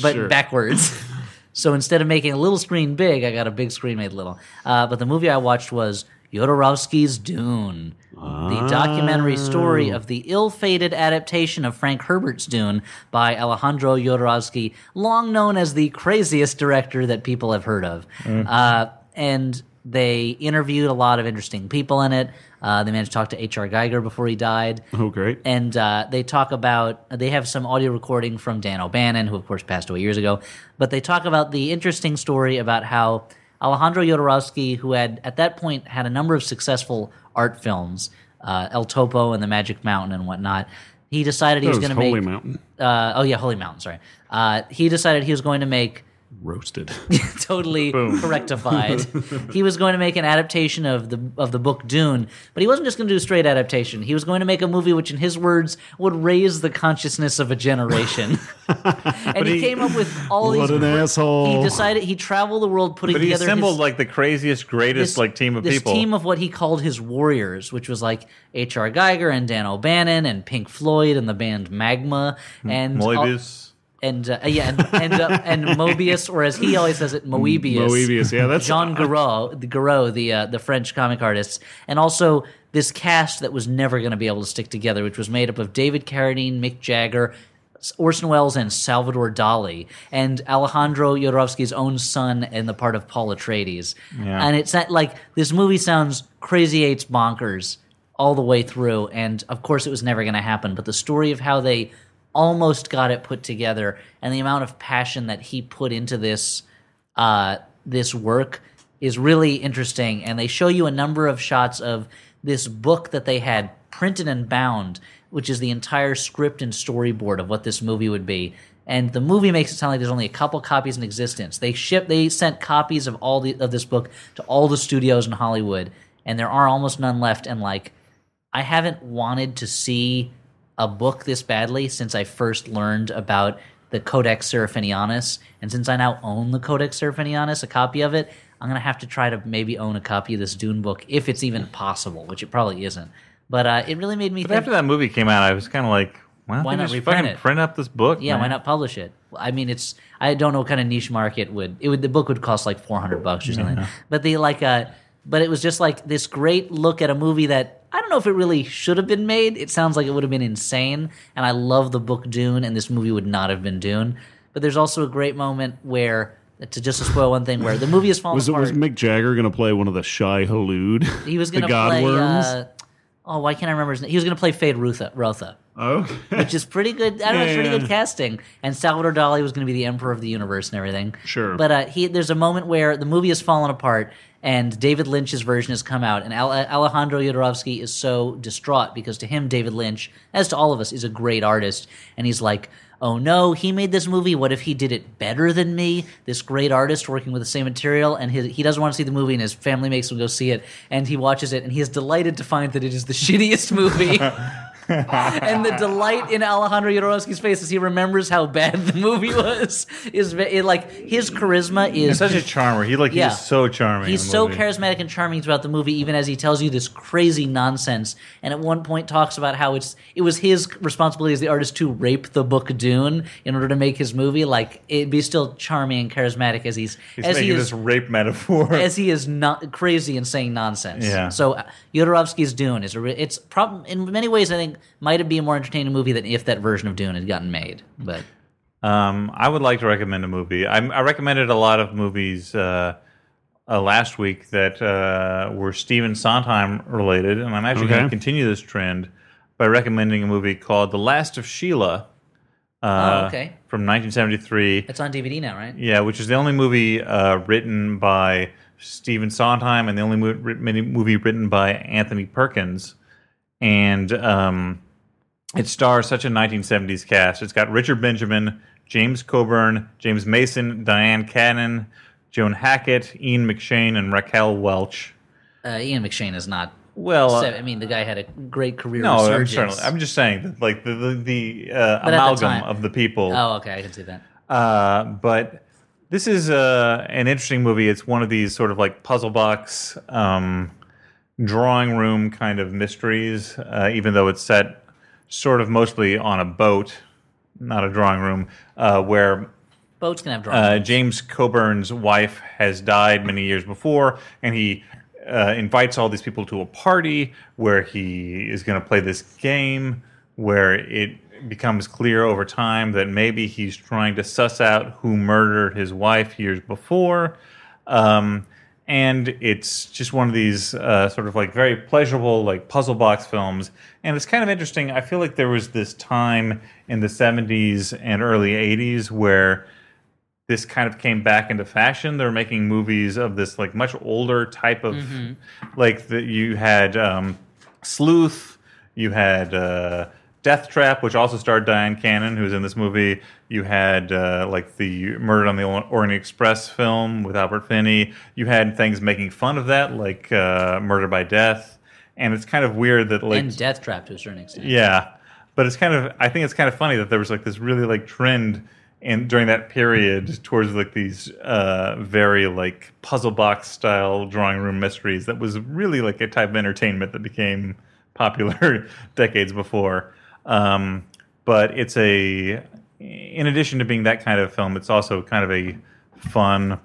Speaker 4: but
Speaker 3: Sure.
Speaker 4: backwards. So instead of making a little screen big, I got a big screen made little. Uh, but the movie I watched was Yodorovsky's Dune,
Speaker 3: Ah.
Speaker 4: the documentary story of the ill fated adaptation of Frank Herbert's Dune by Alejandro Yodorovsky, long known as the craziest director that people have heard of.
Speaker 3: Mm.
Speaker 4: Uh, and they interviewed a lot of interesting people in it. Uh, they managed to talk to H.R. Geiger before he died
Speaker 3: Oh great.
Speaker 4: and uh, they talk about they have some audio recording from Dan O'Bannon, who of course passed away years ago. But they talk about the interesting story about how Alejandro Jodorowsky, who had at that point had a number of successful art films, uh, El Topo and The Magic Mountain and whatnot, he decided he was,
Speaker 3: That was
Speaker 4: going to
Speaker 3: Holy
Speaker 4: make.
Speaker 3: Mountain.
Speaker 4: Uh, oh yeah, Holy Mountain. Sorry, uh, he decided he was going to make
Speaker 3: Roasted.
Speaker 4: totally correctified. he was going to make an adaptation of the of the book Dune, but he wasn't just going to do a straight adaptation. He was going to make a movie which, in his words, would raise the consciousness of a generation. and he,
Speaker 2: he-
Speaker 4: came up with all
Speaker 3: What
Speaker 4: these.
Speaker 3: an asshole.
Speaker 4: He decided he traveled the world putting
Speaker 2: But he
Speaker 4: together.
Speaker 2: assembled
Speaker 4: his,
Speaker 2: like the craziest, greatest
Speaker 4: this-
Speaker 2: like team of
Speaker 4: this
Speaker 2: people.
Speaker 4: team of what he called his warriors, which was like H.R. Geiger and Dan O'Bannon and Pink Floyd and the band Magma and all-
Speaker 2: Moebius.
Speaker 4: and uh, yeah, and and, uh, and Mobius, or as he always says it, Moebius.
Speaker 3: Moebius, yeah, that's-
Speaker 4: Jean Giraud, the Giraud, the uh, the French comic artist, and also this cast that was never going to be able to stick together, which was made up of David Carradine, Mick Jagger, Orson Welles and Salvador Dali and Alejandro Jodorowsky's own son in the part of Paul Atreides. And it's that like this movie sounds crazy eights bonkers all the way through. And of course, it was never going to happen. But the story of how they almost got it put together and the amount of passion that he put into this uh, this work is really interesting. And they show you a number of shots of this book that they had printed and bound, which is the entire script and storyboard of what this movie would be. And the movie makes it sound like there's only a couple copies in existence. They ship, they sent copies of all the of this book to all the studios in Hollywood, and there are almost none left. And like, I haven't wanted to see a book this badly since I first learned about the Codex Serafinianus. And since I now own the Codex Serafinianus, a copy of it, I'm going to have to try to maybe own a copy of this Dune book if it's even possible, which it probably isn't. But uh, it really made me
Speaker 2: But
Speaker 4: think.
Speaker 2: after that movie came out, I was kind of like, why don't
Speaker 4: Why
Speaker 2: they
Speaker 4: not
Speaker 2: just
Speaker 4: reprint
Speaker 2: fucking
Speaker 4: it?
Speaker 2: print up this book?
Speaker 4: yeah, why
Speaker 2: man?
Speaker 4: not publish it? I mean, it's I don't know what kind of niche market would it would the book would cost like four hundred bucks or something. But the like uh but it was just like this great look at a movie that I don't know if it really should have been made. It sounds like it would have been insane, and I love the book Dune, and this movie would not have been Dune. But there's also a great moment where to just to spoil one thing, where the movie is falling
Speaker 3: Was, it,
Speaker 4: apart.
Speaker 3: was Mick Jagger going to play one of the shy halud?
Speaker 4: he was going
Speaker 3: the
Speaker 4: to
Speaker 3: God
Speaker 4: play.
Speaker 3: worms.
Speaker 4: Uh, oh, why can't I remember his name? He was going to play Fade Rutha. Rotha.
Speaker 3: Oh, okay,
Speaker 4: which is pretty good. I don't know, it's
Speaker 3: Yeah,
Speaker 4: pretty
Speaker 3: yeah.
Speaker 4: good casting. And Salvador Dali was going to be the emperor of the universe and everything.
Speaker 3: Sure.
Speaker 4: But uh, he, there's a moment where the movie is falling apart, and David Lynch's version has come out, and Al- Alejandro Jodorowsky is so distraught because to him, David Lynch, as to all of us, is a great artist, and he's like. Oh no, he made this movie. What if he did it better than me? This great artist working with the same material, and his, he doesn't want to see the movie, and his family makes him go see it, and he watches it, and he is delighted to find that it is the shittiest movie and the delight in Alejandro Jodorowsky's face as he remembers how bad the movie was is ve- it, like his charisma
Speaker 2: He's
Speaker 4: is.
Speaker 2: such a charmer. He like
Speaker 4: Yeah.
Speaker 2: he's so charming.
Speaker 4: He's
Speaker 2: in the
Speaker 4: so
Speaker 2: movie.
Speaker 4: charismatic and charming throughout the movie, even as he tells you this crazy nonsense. And at one point, talks about how it's it was his responsibility as the artist to rape the book Dune in order to make his movie. Like it'd be still charming and charismatic as he's,
Speaker 2: He's
Speaker 4: as
Speaker 2: making
Speaker 4: he is
Speaker 2: this rape metaphor.
Speaker 4: as he is not crazy and saying nonsense.
Speaker 2: Yeah.
Speaker 4: So uh, Yodorovsky's Dune is a re- it's prob- in many ways I think might have been a more entertaining movie than if that version of Dune had gotten made. But
Speaker 2: Um, I would like to recommend a movie. I, I recommended a lot of movies uh, uh, last week that uh, were Stephen Sondheim related, and I'm actually
Speaker 3: Okay.
Speaker 2: going to continue this trend by recommending a movie called The Last of Sheila. Uh,
Speaker 4: Oh, okay.
Speaker 2: From 1973.
Speaker 4: it's on DVD now, right?
Speaker 2: Yeah, which is the only movie uh, written by Stephen Sondheim and the only mo- writ- mini- movie written by Anthony Perkins. And um, it stars such a 1970s cast. It's got Richard Benjamin, James Coburn, James Mason, Diane Cannon, Joan Hackett, Ian McShane, and Raquel Welch.
Speaker 4: Uh, Ian McShane is not.
Speaker 2: Well, uh,
Speaker 4: se- I mean, the guy had a great career.
Speaker 2: no, I'm,
Speaker 4: resurgence.
Speaker 2: certainly, I'm just saying, that, like the the, the uh,
Speaker 4: But at the
Speaker 2: amalgam
Speaker 4: time-
Speaker 2: of the people.
Speaker 4: oh, okay, I can see that.
Speaker 2: Uh, but this is uh, an interesting movie. It's one of these sort of like puzzle box, um, drawing room kind of mysteries, uh, even though it's set sort of mostly on a boat, not a drawing room, uh, where
Speaker 4: Boats can have drama.
Speaker 2: uh, James Coburn's wife has died many years before, and he uh, invites all these people to a party where he is going to play this game where it becomes clear over time that maybe he's trying to suss out who murdered his wife years before. Um, and it's just one of these uh, sort of like very pleasurable like puzzle box films and it's kind of interesting i feel like there was this time in the 70s and early 80s where this kind of came back into fashion. They're making movies of this like much older type of like that you had um, Sleuth, you had uh, Death Trap, which also starred Diane Cannon, who's in this movie. You had uh, like the Murder on the Orient Express film with Albert Finney. You had things making fun of that, like uh, Murder by Death. And it's kind of weird that like
Speaker 4: and Death Trap to a certain extent.
Speaker 2: yeah, but it's kind of I think it's kind of funny that there was like this really like trend and during that period towards like these uh, very like puzzle box style drawing room mysteries that was really like a type of entertainment that became popular decades before. Um, but it's a in addition to being that kind of film, it's also kind of a fun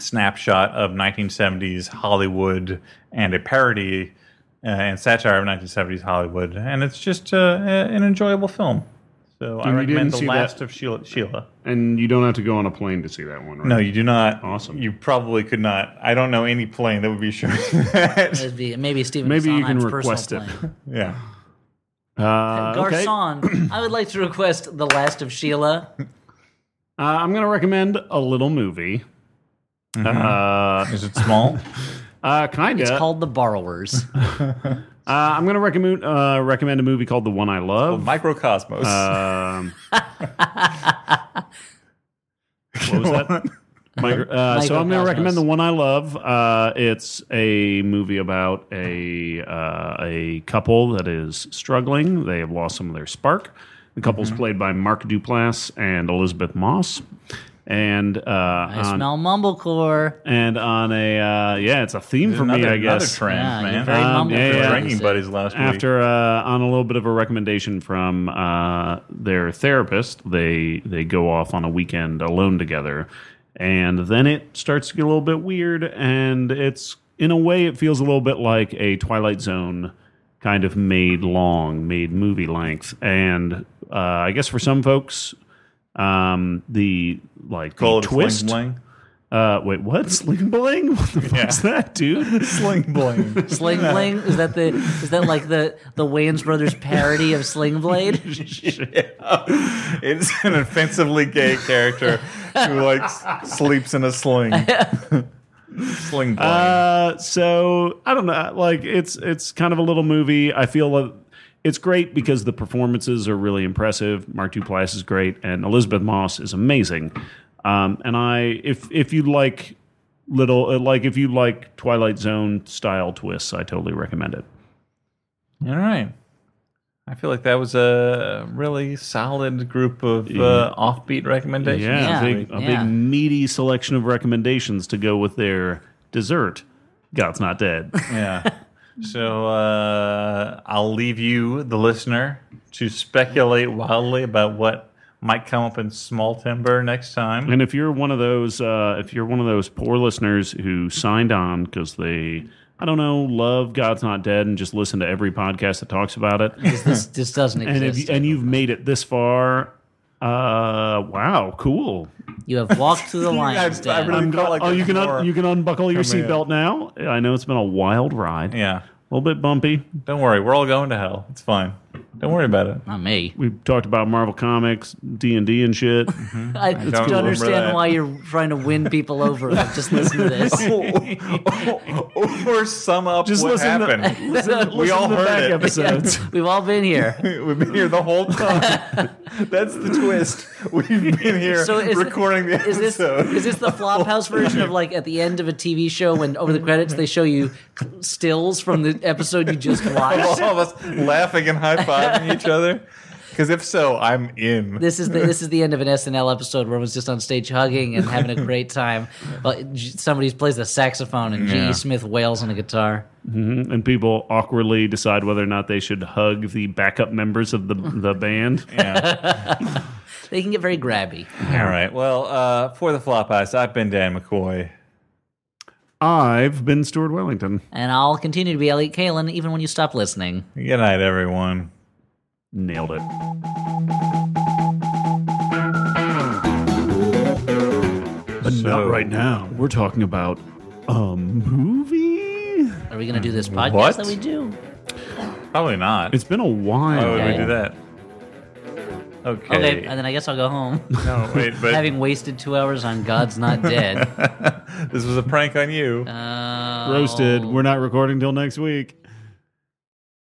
Speaker 2: snapshot of 1970s Hollywood and a parody uh, and satire of 1970s Hollywood, and it's just uh, a- an enjoyable film. So I
Speaker 3: you didn't
Speaker 2: recommend The
Speaker 3: see
Speaker 2: Last
Speaker 3: that-
Speaker 2: of Sheila. Sheila.
Speaker 3: And you don't have to go on a plane to see that one, right?
Speaker 2: No, you do not.
Speaker 3: Awesome.
Speaker 2: You probably could not. I don't know any plane that would be showing that.
Speaker 4: It'd be- maybe Steven
Speaker 3: Maybe you can
Speaker 4: Sondheim's personal
Speaker 3: request it.
Speaker 4: plane.
Speaker 2: yeah.
Speaker 3: Uh, okay. Uh,
Speaker 4: Garcon, I would like to request The Last of Sheila.
Speaker 3: Uh, I'm going to recommend a little movie.
Speaker 2: Is it small?
Speaker 3: Uh, kind of.
Speaker 4: It's called The Borrowers.
Speaker 3: uh, I'm going to recommend uh, recommend a movie called The One I Love.
Speaker 2: Oh, Microcosmos.
Speaker 3: Um, what was that? Micro, uh, so I'm going
Speaker 4: Microcosmos.
Speaker 3: to recommend the one I love. Uh, it's a movie about a uh, a couple that is struggling. They have lost some of their spark. The couple's played by Mark Duplass and Elizabeth Moss. And uh,
Speaker 4: I
Speaker 3: on,
Speaker 4: smell mumblecore.
Speaker 3: and on a uh, yeah, it's a theme for me,
Speaker 2: another,
Speaker 3: I guess.
Speaker 2: Another trend,
Speaker 4: Yeah, you're
Speaker 2: man.
Speaker 4: very
Speaker 3: Um, yeah,
Speaker 4: mumblecore.
Speaker 3: yeah.
Speaker 4: you
Speaker 2: Drinking
Speaker 4: say.
Speaker 2: buddies last week.
Speaker 3: after uh, on a little bit of a recommendation from uh, their therapist, they they go off on a weekend alone together, and then it starts to get a little bit weird, and it's in a way it feels a little bit like a Twilight Zone kind of made long, made movie length, and uh, I guess for some folks, um, the like
Speaker 2: Call
Speaker 3: the
Speaker 2: it
Speaker 3: twist.
Speaker 2: Sling
Speaker 3: Uh, wait, what sling bling? What the fuck's that, dude?
Speaker 2: bling. Sling bling.
Speaker 4: Sling Bling? Is that the is that like the the Wayans brothers parody of Sling Blade?
Speaker 2: it's an offensively gay character who like s- sleeps in a sling. sling bling.
Speaker 3: Uh, so I don't know. Like it's it's kind of a little movie. I feel uh, it's great because the performances are really impressive. Mark Duplass is great, and Elizabeth Moss is amazing. Um, and I, if if you like little, uh, like if you like Twilight Zone style twists, I totally recommend it.
Speaker 2: All right. I feel like that was a really solid group of uh, offbeat recommendations.
Speaker 3: Yeah,
Speaker 4: Yeah,
Speaker 3: a, big, a
Speaker 4: yeah.
Speaker 3: big meaty selection of recommendations to go with their dessert. God's not dead.
Speaker 2: Yeah. So uh, I'll leave you, the listener, to speculate wildly about what might come up in small timber next time.
Speaker 3: And if you're one of those, uh, if you're one of those poor listeners who signed on because they, I don't know, love God's Not Dead and just listen to every podcast that talks about it,
Speaker 4: this just doesn't
Speaker 3: and
Speaker 4: exist.
Speaker 3: if and you've made it this far, uh, wow, cool.
Speaker 4: you have walked through the lion's
Speaker 2: I- I
Speaker 4: den.
Speaker 2: really-
Speaker 3: I'm
Speaker 2: felt
Speaker 3: glad-
Speaker 2: like
Speaker 3: oh,
Speaker 2: there's
Speaker 3: you can
Speaker 2: more
Speaker 3: un- you can unbuckle your
Speaker 2: coming in.
Speaker 3: seatbelt now. I know it's been a wild ride, a
Speaker 2: Yeah.
Speaker 3: little bit bumpy.
Speaker 2: Don't worry. We're all going to hell. It's fine. Don't worry about it.
Speaker 4: Not me.
Speaker 3: We talked about Marvel Comics, D and D, and shit.
Speaker 4: I, don't,
Speaker 2: remember
Speaker 4: understand
Speaker 2: that.
Speaker 4: why you're trying to win people over. just listen to this.
Speaker 2: or sum up
Speaker 3: Just
Speaker 2: what
Speaker 3: listen to-
Speaker 2: happened.
Speaker 3: Listen-
Speaker 2: we
Speaker 3: listen
Speaker 2: all
Speaker 3: to the
Speaker 2: heard
Speaker 3: back
Speaker 2: it.
Speaker 3: episodes.
Speaker 4: We've all been here.
Speaker 2: We've been here the whole time. That's the twist. We've been here
Speaker 4: So is
Speaker 2: recording the
Speaker 4: Is
Speaker 2: episode.
Speaker 4: this is this the Flophouse version of like at the end of a TV show when over the credits they show you stills from the episode you just watched?
Speaker 2: all of us laughing and high fiving each other? Because if so, I'm in.
Speaker 4: This is the this is the end of an SNL episode where everyone's just on stage hugging and having a great time. But G- somebody plays the saxophone and G.
Speaker 2: Yeah.
Speaker 4: E. Smith wails on a guitar.
Speaker 3: and people awkwardly decide whether or not they should hug the backup members of the the band.
Speaker 4: They can get very grabby.
Speaker 2: All right. Well, uh, for the Flophouse, I've been Dan McCoy.
Speaker 3: I've been Stuart Wellington.
Speaker 4: And I'll continue to be Elliot Kalin even when you stop listening.
Speaker 2: Good night, everyone.
Speaker 3: Nailed it. But not right now. We're talking about a movie.
Speaker 4: Are we going to do this podcast
Speaker 2: What?
Speaker 4: that we do?
Speaker 2: Probably not.
Speaker 3: It's been a while.
Speaker 2: Why would we
Speaker 4: Okay.
Speaker 2: do that? Okay.
Speaker 4: Okay, and then I guess I'll go home.
Speaker 2: no, wait, but
Speaker 4: Having wasted two hours on God's Not Dead.
Speaker 2: this was a prank on you.
Speaker 4: Uh, Oh.
Speaker 3: Roasted. We're not recording till next week.